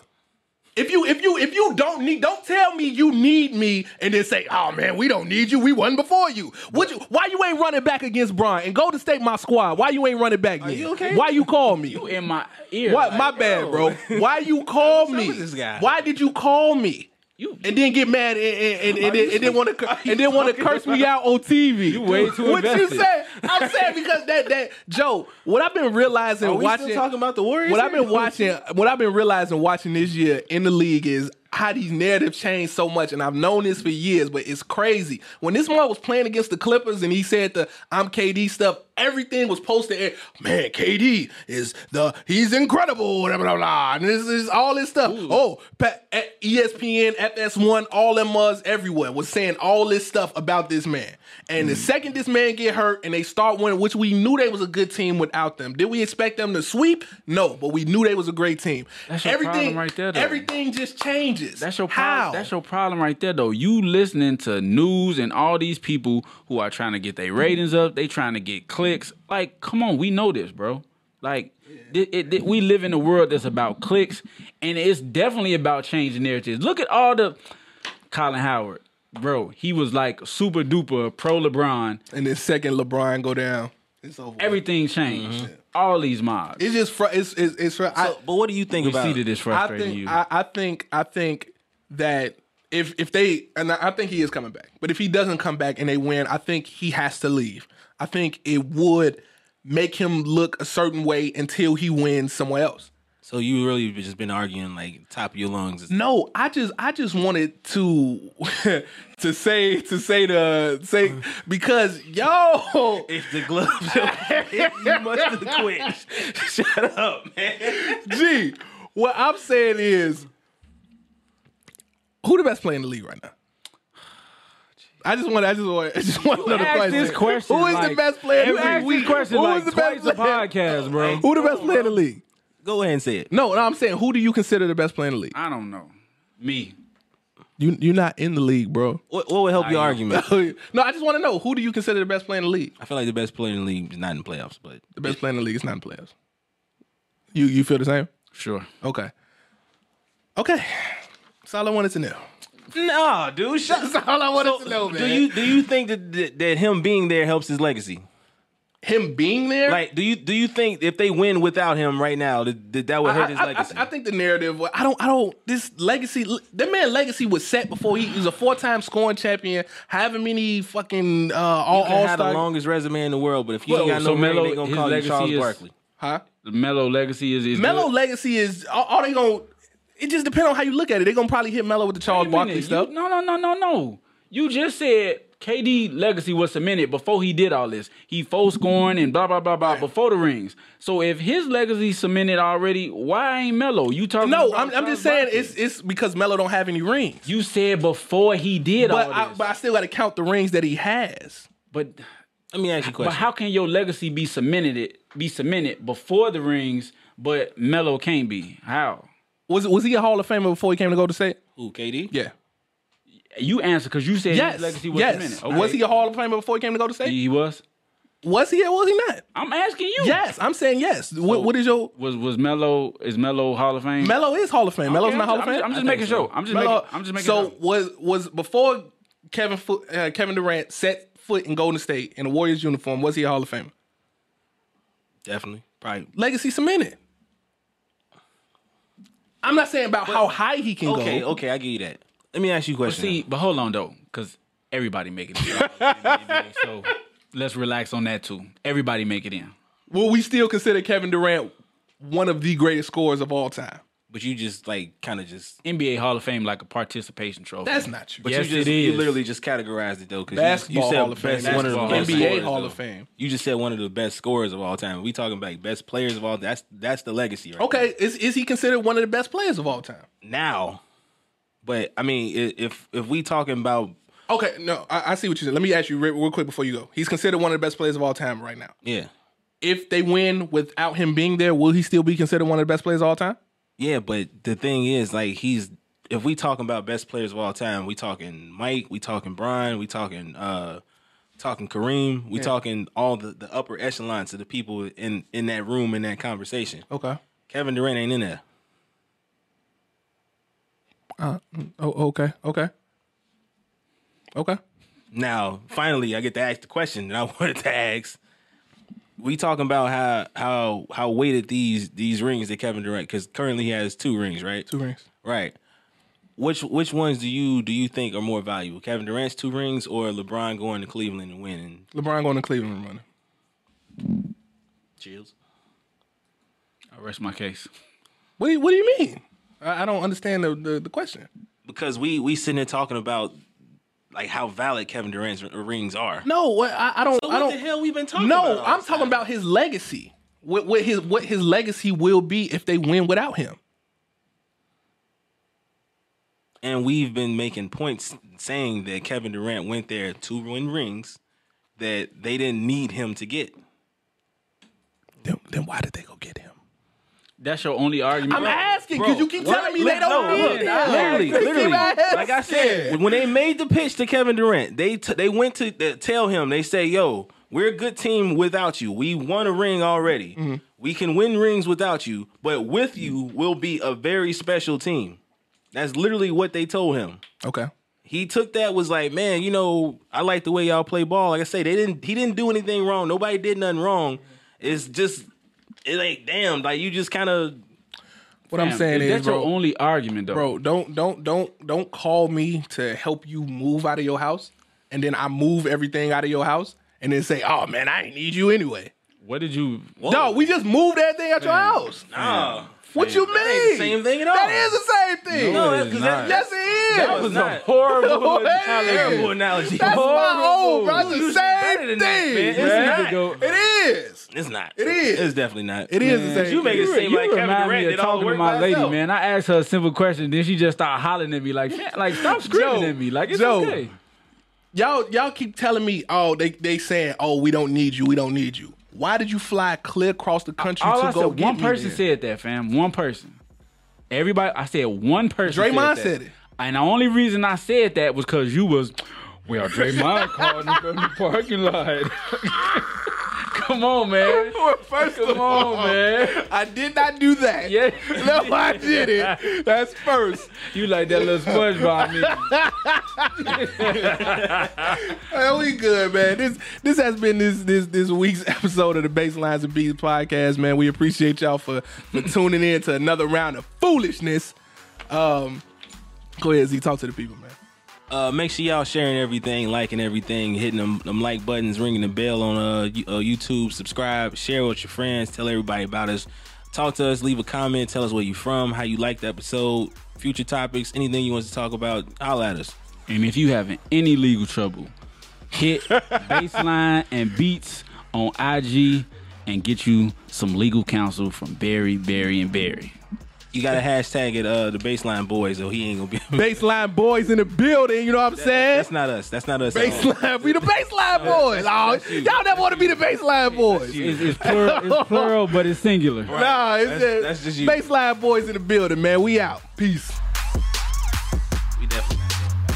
[SPEAKER 1] If you if you if you don't need don't tell me you need me and then say, oh man, we don't need you. We won before you. Would you why you ain't running back against Brian and go to state my squad? Why you ain't running back yet?
[SPEAKER 3] you okay?
[SPEAKER 1] Why you call me?
[SPEAKER 2] You in my ear,
[SPEAKER 1] Why
[SPEAKER 2] like,
[SPEAKER 1] my bad, bro. Why
[SPEAKER 3] [LAUGHS]
[SPEAKER 1] you call me?
[SPEAKER 3] with this guy?
[SPEAKER 1] Why did you call me?
[SPEAKER 2] You-
[SPEAKER 1] and then get mad and and, and, and, then- and then want to and then want to curse me out on TV. You
[SPEAKER 2] way too
[SPEAKER 1] What you
[SPEAKER 2] invested.
[SPEAKER 1] say? I'm saying because that that Joe. What I've been realizing
[SPEAKER 3] Are we
[SPEAKER 1] watching
[SPEAKER 3] still talking about the Warriors?
[SPEAKER 1] what I've been
[SPEAKER 3] here?
[SPEAKER 1] watching, what I've been realizing watching this year in the league is how these narratives change so much, and I've known this for years, but it's crazy. When this man was playing against the Clippers and he said the "I'm KD" stuff, everything was posted. Man, KD is the he's incredible, blah blah blah, blah, Ah, and this is all this stuff. Oh, pa- at ESPN, FS1, all them was everywhere was saying all this stuff about this man. And
[SPEAKER 2] Hmm.
[SPEAKER 1] the second this man get hurt and they start winning, which we knew they was a good team without them. Did we expect them to sweep? No, but we knew they was a great team.
[SPEAKER 2] That's your problem right there, though.
[SPEAKER 1] Everything just changes.
[SPEAKER 2] That's your
[SPEAKER 1] how.
[SPEAKER 2] problem. That's your problem right there, though. You listening to news and all these people who are trying to get their ratings up. They trying to get clicks. Like, come on, we know this, bro. Like, thi- it, thi- we live in a world that's about clicks, and it's definitely about changing narratives. Look at all the Colin Howard, bro. He was like super duper pro LeBron.
[SPEAKER 1] and then second LeBron go down. It's over.
[SPEAKER 2] Everything changed. All these mobs.
[SPEAKER 1] it's just fr- it's it's, it's fr- I,
[SPEAKER 3] So, but what do you think
[SPEAKER 2] We
[SPEAKER 3] about?
[SPEAKER 2] see that it's
[SPEAKER 1] I
[SPEAKER 2] frustrating
[SPEAKER 1] think
[SPEAKER 2] you.
[SPEAKER 1] I, I think I think that if if they and I I think he is coming back, but if he doesn't come back and they win, I think he has to leave. I think it would make him look a certain way until he wins somewhere else.
[SPEAKER 3] so you really just been arguing like top of your lungs.
[SPEAKER 1] No, I just I just wanted to [LAUGHS] to say to say the say because yo
[SPEAKER 3] If the [LAUGHS] glove, you must have quit. Shut up, man.
[SPEAKER 1] G, what I'm saying is, who the best player in the league right now? I just want. I just want. I just want to know the
[SPEAKER 2] ask
[SPEAKER 1] question.
[SPEAKER 2] this question.
[SPEAKER 1] Who is the
[SPEAKER 2] like,
[SPEAKER 1] best player? in the
[SPEAKER 2] Every
[SPEAKER 1] league?
[SPEAKER 2] week, question
[SPEAKER 1] Who is
[SPEAKER 2] like
[SPEAKER 1] the
[SPEAKER 2] twice
[SPEAKER 1] best
[SPEAKER 2] a
[SPEAKER 1] player?
[SPEAKER 2] podcast, bro.
[SPEAKER 1] Who the best player in the league?
[SPEAKER 3] Go ahead and say it.
[SPEAKER 1] No, no. I'm saying, who do you consider the best player in the league?
[SPEAKER 2] I don't know. Me.
[SPEAKER 1] You, you're not in the league, bro.
[SPEAKER 3] What, what would help your
[SPEAKER 2] know.
[SPEAKER 3] argument?
[SPEAKER 1] [LAUGHS] no, I just want to know who do you consider the best player in the league?
[SPEAKER 3] I feel like the best player in the league is not in the playoffs, but
[SPEAKER 1] The best player in the league is not in the playoffs. You, you feel the same?
[SPEAKER 2] Sure.
[SPEAKER 1] Okay. Okay. That's all I wanted to know. [LAUGHS]
[SPEAKER 3] no, dude. Shut
[SPEAKER 1] That's all I wanted to know, man.
[SPEAKER 3] Do you do you think that, that that him being there helps his legacy?
[SPEAKER 1] him being there.
[SPEAKER 3] Like, do you do you think if they win without him right now, that that that would hurt his
[SPEAKER 1] I, I-
[SPEAKER 3] legacy?
[SPEAKER 1] I, I think the narrative. wa- I don't. I don't. This legacy. That man legacy was set before he, he was a four time scoring champion. Having many fucking uh, all
[SPEAKER 3] you can
[SPEAKER 1] all
[SPEAKER 3] have the
[SPEAKER 1] star.
[SPEAKER 3] longest resume in the world, but if you
[SPEAKER 2] Well,
[SPEAKER 3] ain't got
[SPEAKER 2] so
[SPEAKER 3] no
[SPEAKER 2] Melo,
[SPEAKER 3] ring, they gonna
[SPEAKER 2] his
[SPEAKER 3] call you
[SPEAKER 2] legacy
[SPEAKER 3] Charles
[SPEAKER 2] is-
[SPEAKER 3] Barkley.
[SPEAKER 1] huh?
[SPEAKER 2] The Melo legacy is is
[SPEAKER 1] Melo
[SPEAKER 2] good.
[SPEAKER 1] legacy is all, all they gonna. It just depends on how you look at it. They're gonna probably hit Melo with the Charles
[SPEAKER 2] Wait a minute,
[SPEAKER 1] Barkley
[SPEAKER 2] you-
[SPEAKER 1] stuff.
[SPEAKER 2] No, no, no, no, no. You just said KD legacy was cemented before he did all this. He full scoring and blah blah blah blah before the rings. So if his legacy cemented already, why ain't Melo? You talking?
[SPEAKER 1] No,
[SPEAKER 2] about
[SPEAKER 1] I'm, I'm just
[SPEAKER 2] Charles
[SPEAKER 1] saying
[SPEAKER 2] Barkley.
[SPEAKER 1] it's it's because Melo don't have any rings.
[SPEAKER 2] You said before he did
[SPEAKER 1] But
[SPEAKER 2] all
[SPEAKER 1] I,
[SPEAKER 2] this,
[SPEAKER 1] but I still got to count the rings that he has.
[SPEAKER 2] but
[SPEAKER 3] Let me ask you a
[SPEAKER 2] but
[SPEAKER 3] question.
[SPEAKER 2] how can your legacy be cemented? It be cemented before the rings, but Melo can't be. How?
[SPEAKER 1] Was was he a Hall of Famer before he came to Golden State?
[SPEAKER 3] Who, KD?
[SPEAKER 1] Yeah.
[SPEAKER 2] You answer because you said
[SPEAKER 1] Yes.
[SPEAKER 2] his legacy was
[SPEAKER 1] yes.
[SPEAKER 2] cemented.
[SPEAKER 1] Was
[SPEAKER 2] Okay.
[SPEAKER 1] he a Hall of Famer before he came to Golden State?
[SPEAKER 2] He was.
[SPEAKER 1] Was he or was he not?
[SPEAKER 2] I'm asking you.
[SPEAKER 1] Yes, I'm saying yes. what, what is your
[SPEAKER 2] Was was Melo is Melo Hall of Fame?
[SPEAKER 1] Melo is Hall of Fame. Melo's
[SPEAKER 2] I'm
[SPEAKER 1] not
[SPEAKER 2] just-
[SPEAKER 1] Hall of
[SPEAKER 2] I'm
[SPEAKER 1] Fame.
[SPEAKER 2] just- I'm just
[SPEAKER 1] I think
[SPEAKER 2] making
[SPEAKER 1] so.
[SPEAKER 2] sure. I'm just making- I'm just making
[SPEAKER 1] So
[SPEAKER 2] sure.
[SPEAKER 1] was was before Kevin Fo- uh, Kevin Durant set foot in Golden State in a Warriors uniform. Was he a Hall of Famer?
[SPEAKER 3] Definitely. Probably.
[SPEAKER 1] Legacy cemented. I'm not saying about how high he can
[SPEAKER 3] Okay,
[SPEAKER 1] go.
[SPEAKER 3] okay, I give you that. Let me ask you a question.
[SPEAKER 2] See, but hold on though, because everybody make it
[SPEAKER 1] [LAUGHS]
[SPEAKER 2] in. so let's relax on that too. Everybody make it in.
[SPEAKER 1] Will we still consider Kevin Durant one of the greatest scorers of all time?
[SPEAKER 3] but you just like kind of just
[SPEAKER 2] NBA Hall of Fame like a participation trophy.
[SPEAKER 1] That's not true.
[SPEAKER 2] Yes,
[SPEAKER 3] you
[SPEAKER 2] it
[SPEAKER 3] just,
[SPEAKER 2] is.
[SPEAKER 3] You literally just categorized it though, because you,
[SPEAKER 1] Basketball
[SPEAKER 3] said
[SPEAKER 1] Hall of Fame.
[SPEAKER 3] best one of the
[SPEAKER 2] Basketball
[SPEAKER 3] best
[SPEAKER 1] NBA
[SPEAKER 3] scorers,
[SPEAKER 1] Hall
[SPEAKER 3] though.
[SPEAKER 1] of Fame.
[SPEAKER 3] You just said one of the best scorers of all time. We talking about best players of all. That's that's the legacy, right?
[SPEAKER 1] Okay, is is he considered one of the best players of all time?
[SPEAKER 3] Now, but I mean, i- if if we talking about
[SPEAKER 1] Okay, no, I, I see what you said. Let me ask you real, real quick before you go. He's considered one of the best players of all time right now.
[SPEAKER 3] yeah,
[SPEAKER 1] If they win without him being there, will he still be considered one of the best players of all time?
[SPEAKER 3] yeah, but the thing is, like, he's if we talking about best players of all time, we talking Mike, we talking Brian, we talking uh talking Kareem, we talking all the the upper echelons of the people in in that room in that conversation.
[SPEAKER 1] Okay.
[SPEAKER 3] Kevin Durant ain't in there.
[SPEAKER 1] Oh, okay, okay, okay.
[SPEAKER 3] Now, finally, I get to ask the question that I [LAUGHS] wanted to ask. We talking about how how how weighted these these rings that Kevin Durant because currently he has two rings, right?
[SPEAKER 1] Two rings.
[SPEAKER 3] Right. Which which ones do you do you think are more valuable, Kevin Durant's two rings or LeBron going to Cleveland and winning?
[SPEAKER 1] LeBron going to Cleveland and running.
[SPEAKER 3] Chills.
[SPEAKER 2] I rest my case.
[SPEAKER 1] What do you, What do you mean? I, I don't understand the, the the question.
[SPEAKER 3] Because we we sitting there talking about like how valid Kevin Durant's r- rings are.
[SPEAKER 1] No, what I, I don't. I
[SPEAKER 3] what
[SPEAKER 1] don't.
[SPEAKER 3] the hell we been talking about
[SPEAKER 1] No,
[SPEAKER 3] all
[SPEAKER 1] I'm
[SPEAKER 3] this
[SPEAKER 1] talking about his legacy. What, what his what his legacy will be if they win without him.
[SPEAKER 3] And we've been making points saying that Kevin Durant went there to win rings that they didn't need him to get.
[SPEAKER 1] Then, then why did they go get him?
[SPEAKER 2] That's your only argument.
[SPEAKER 1] I'm asking because you keep
[SPEAKER 3] What?
[SPEAKER 1] telling me
[SPEAKER 3] Look,
[SPEAKER 1] they don't
[SPEAKER 3] no,
[SPEAKER 1] need
[SPEAKER 3] look,
[SPEAKER 1] him.
[SPEAKER 3] Literally,
[SPEAKER 1] They keep
[SPEAKER 3] literally.
[SPEAKER 1] asking.
[SPEAKER 3] Like I said, when they made the pitch to Kevin Durant, they t- they went to to uh, tell him. They say, "Yo, we're a good team without you. We won a ring already.
[SPEAKER 1] Mm-hmm.
[SPEAKER 3] We can win rings without you, but with you, we'll be a very special team." That's literally what they told him.
[SPEAKER 1] Okay.
[SPEAKER 3] He took that was like, man, you know, I like the way y'all play ball. Like I say, they didn't. He didn't do anything wrong. Nobody did nothing wrong. It's just, it ain't damn. Like you just kind of
[SPEAKER 1] What I'm
[SPEAKER 2] Damn,
[SPEAKER 1] saying
[SPEAKER 2] if
[SPEAKER 1] is,
[SPEAKER 2] that's
[SPEAKER 1] bro,
[SPEAKER 2] your only argument though.
[SPEAKER 1] bro, don't don't don't don't call me to help you move out of your house, and then I move everything out of your house, and then say, "Oh man, I ain't need you anyway."
[SPEAKER 2] What did you?
[SPEAKER 1] No, we just moved everything out your house.
[SPEAKER 3] oh.
[SPEAKER 1] What you mean?
[SPEAKER 3] That ain't the same thing at all.
[SPEAKER 1] That is the same thing.
[SPEAKER 3] No,
[SPEAKER 2] it
[SPEAKER 3] that's
[SPEAKER 2] is
[SPEAKER 3] because
[SPEAKER 2] not.
[SPEAKER 3] that,
[SPEAKER 1] yes,
[SPEAKER 3] that's
[SPEAKER 1] it is.
[SPEAKER 3] that
[SPEAKER 1] [LAUGHS]
[SPEAKER 3] was not
[SPEAKER 1] No,
[SPEAKER 3] horrible
[SPEAKER 1] it
[SPEAKER 3] analogy.
[SPEAKER 1] is.
[SPEAKER 3] Terrible analogy.
[SPEAKER 1] That's my old, bro.
[SPEAKER 3] You
[SPEAKER 1] It's
[SPEAKER 3] should
[SPEAKER 1] the
[SPEAKER 3] be
[SPEAKER 1] same
[SPEAKER 3] better than that,
[SPEAKER 1] thing.
[SPEAKER 3] man.
[SPEAKER 2] Bruh.
[SPEAKER 3] It's
[SPEAKER 2] You
[SPEAKER 3] not.
[SPEAKER 2] go-
[SPEAKER 1] It is.
[SPEAKER 3] [LAUGHS] It's not.
[SPEAKER 1] It is.
[SPEAKER 3] It's definitely not.
[SPEAKER 1] It is the same.
[SPEAKER 3] You make it
[SPEAKER 1] thing.
[SPEAKER 3] seem like Kevin
[SPEAKER 2] remind
[SPEAKER 3] Durant
[SPEAKER 2] me of
[SPEAKER 3] did all the
[SPEAKER 2] talking
[SPEAKER 3] work
[SPEAKER 2] to my
[SPEAKER 3] by
[SPEAKER 2] lady,
[SPEAKER 3] himself.
[SPEAKER 2] man. I asked her a simple question, then she just started hollering at me like, "Man, like stop screaming
[SPEAKER 1] Joe,
[SPEAKER 2] at me, like it's
[SPEAKER 1] Joe.
[SPEAKER 2] okay.
[SPEAKER 1] y'all y'all keep telling me, oh, they they saying, oh, we don't need you, we don't need you. Why did you fly clear across the country
[SPEAKER 2] All
[SPEAKER 1] to
[SPEAKER 2] I
[SPEAKER 1] go
[SPEAKER 2] said,
[SPEAKER 1] get
[SPEAKER 2] one
[SPEAKER 1] me
[SPEAKER 2] person
[SPEAKER 1] there?
[SPEAKER 2] said that, fam. One person. Everybody, I said one person.
[SPEAKER 1] Draymond
[SPEAKER 2] said, that.
[SPEAKER 1] said it.
[SPEAKER 2] And the only reason I said that was because
[SPEAKER 3] [LAUGHS]
[SPEAKER 2] you was, well, Draymond called me from the parking lot. [LAUGHS] Come on, man.
[SPEAKER 1] [LAUGHS] First
[SPEAKER 2] Come
[SPEAKER 1] of all,
[SPEAKER 2] on, man.
[SPEAKER 1] I did not do that.
[SPEAKER 2] Yeah.
[SPEAKER 1] [LAUGHS] No, I didn't. That's first.
[SPEAKER 2] You like that little SpongeBob nigga.
[SPEAKER 1] Man, we good, man. This this has been this this this week's [LAUGHS] episode of the Baselines and Beats podcast, man. We appreciate y'all for,
[SPEAKER 3] [LAUGHS]
[SPEAKER 1] for tuning in to another round of foolishness. Um, go ahead, Z. Talk to the people, man.
[SPEAKER 3] Uh, make sure y'all sharing everything, liking everything, hitting them, them like buttons, ringing the bell on uh, you- uh, YouTube, subscribe, share with your friends, tell everybody about us. Talk to us, leave a comment, tell us where you from, how you like the episode, future topics, anything you want to talk about, holla at us.
[SPEAKER 2] And if you having any legal trouble, hit Baseline and Beats on IG and get you some legal counsel from Barry, Barry, and Barry.
[SPEAKER 3] You [LAUGHS] gotta hashtag it uh the baseline boys, though he ain't gonna be [LAUGHS]
[SPEAKER 1] Baseline boys in the building. You know what I'm saying?
[SPEAKER 3] That's not us. That's not us. at all.
[SPEAKER 1] Baseline, [LAUGHS] we the baseline boys. Oh, y'all never want to be the baseline boys.
[SPEAKER 2] It's, it's, plural, it's plural, but it's singular.
[SPEAKER 1] Nah, it's
[SPEAKER 3] That's-
[SPEAKER 1] just,
[SPEAKER 3] that's just you.
[SPEAKER 1] baseline boys in the building, man. We out. Peace.
[SPEAKER 3] We definitely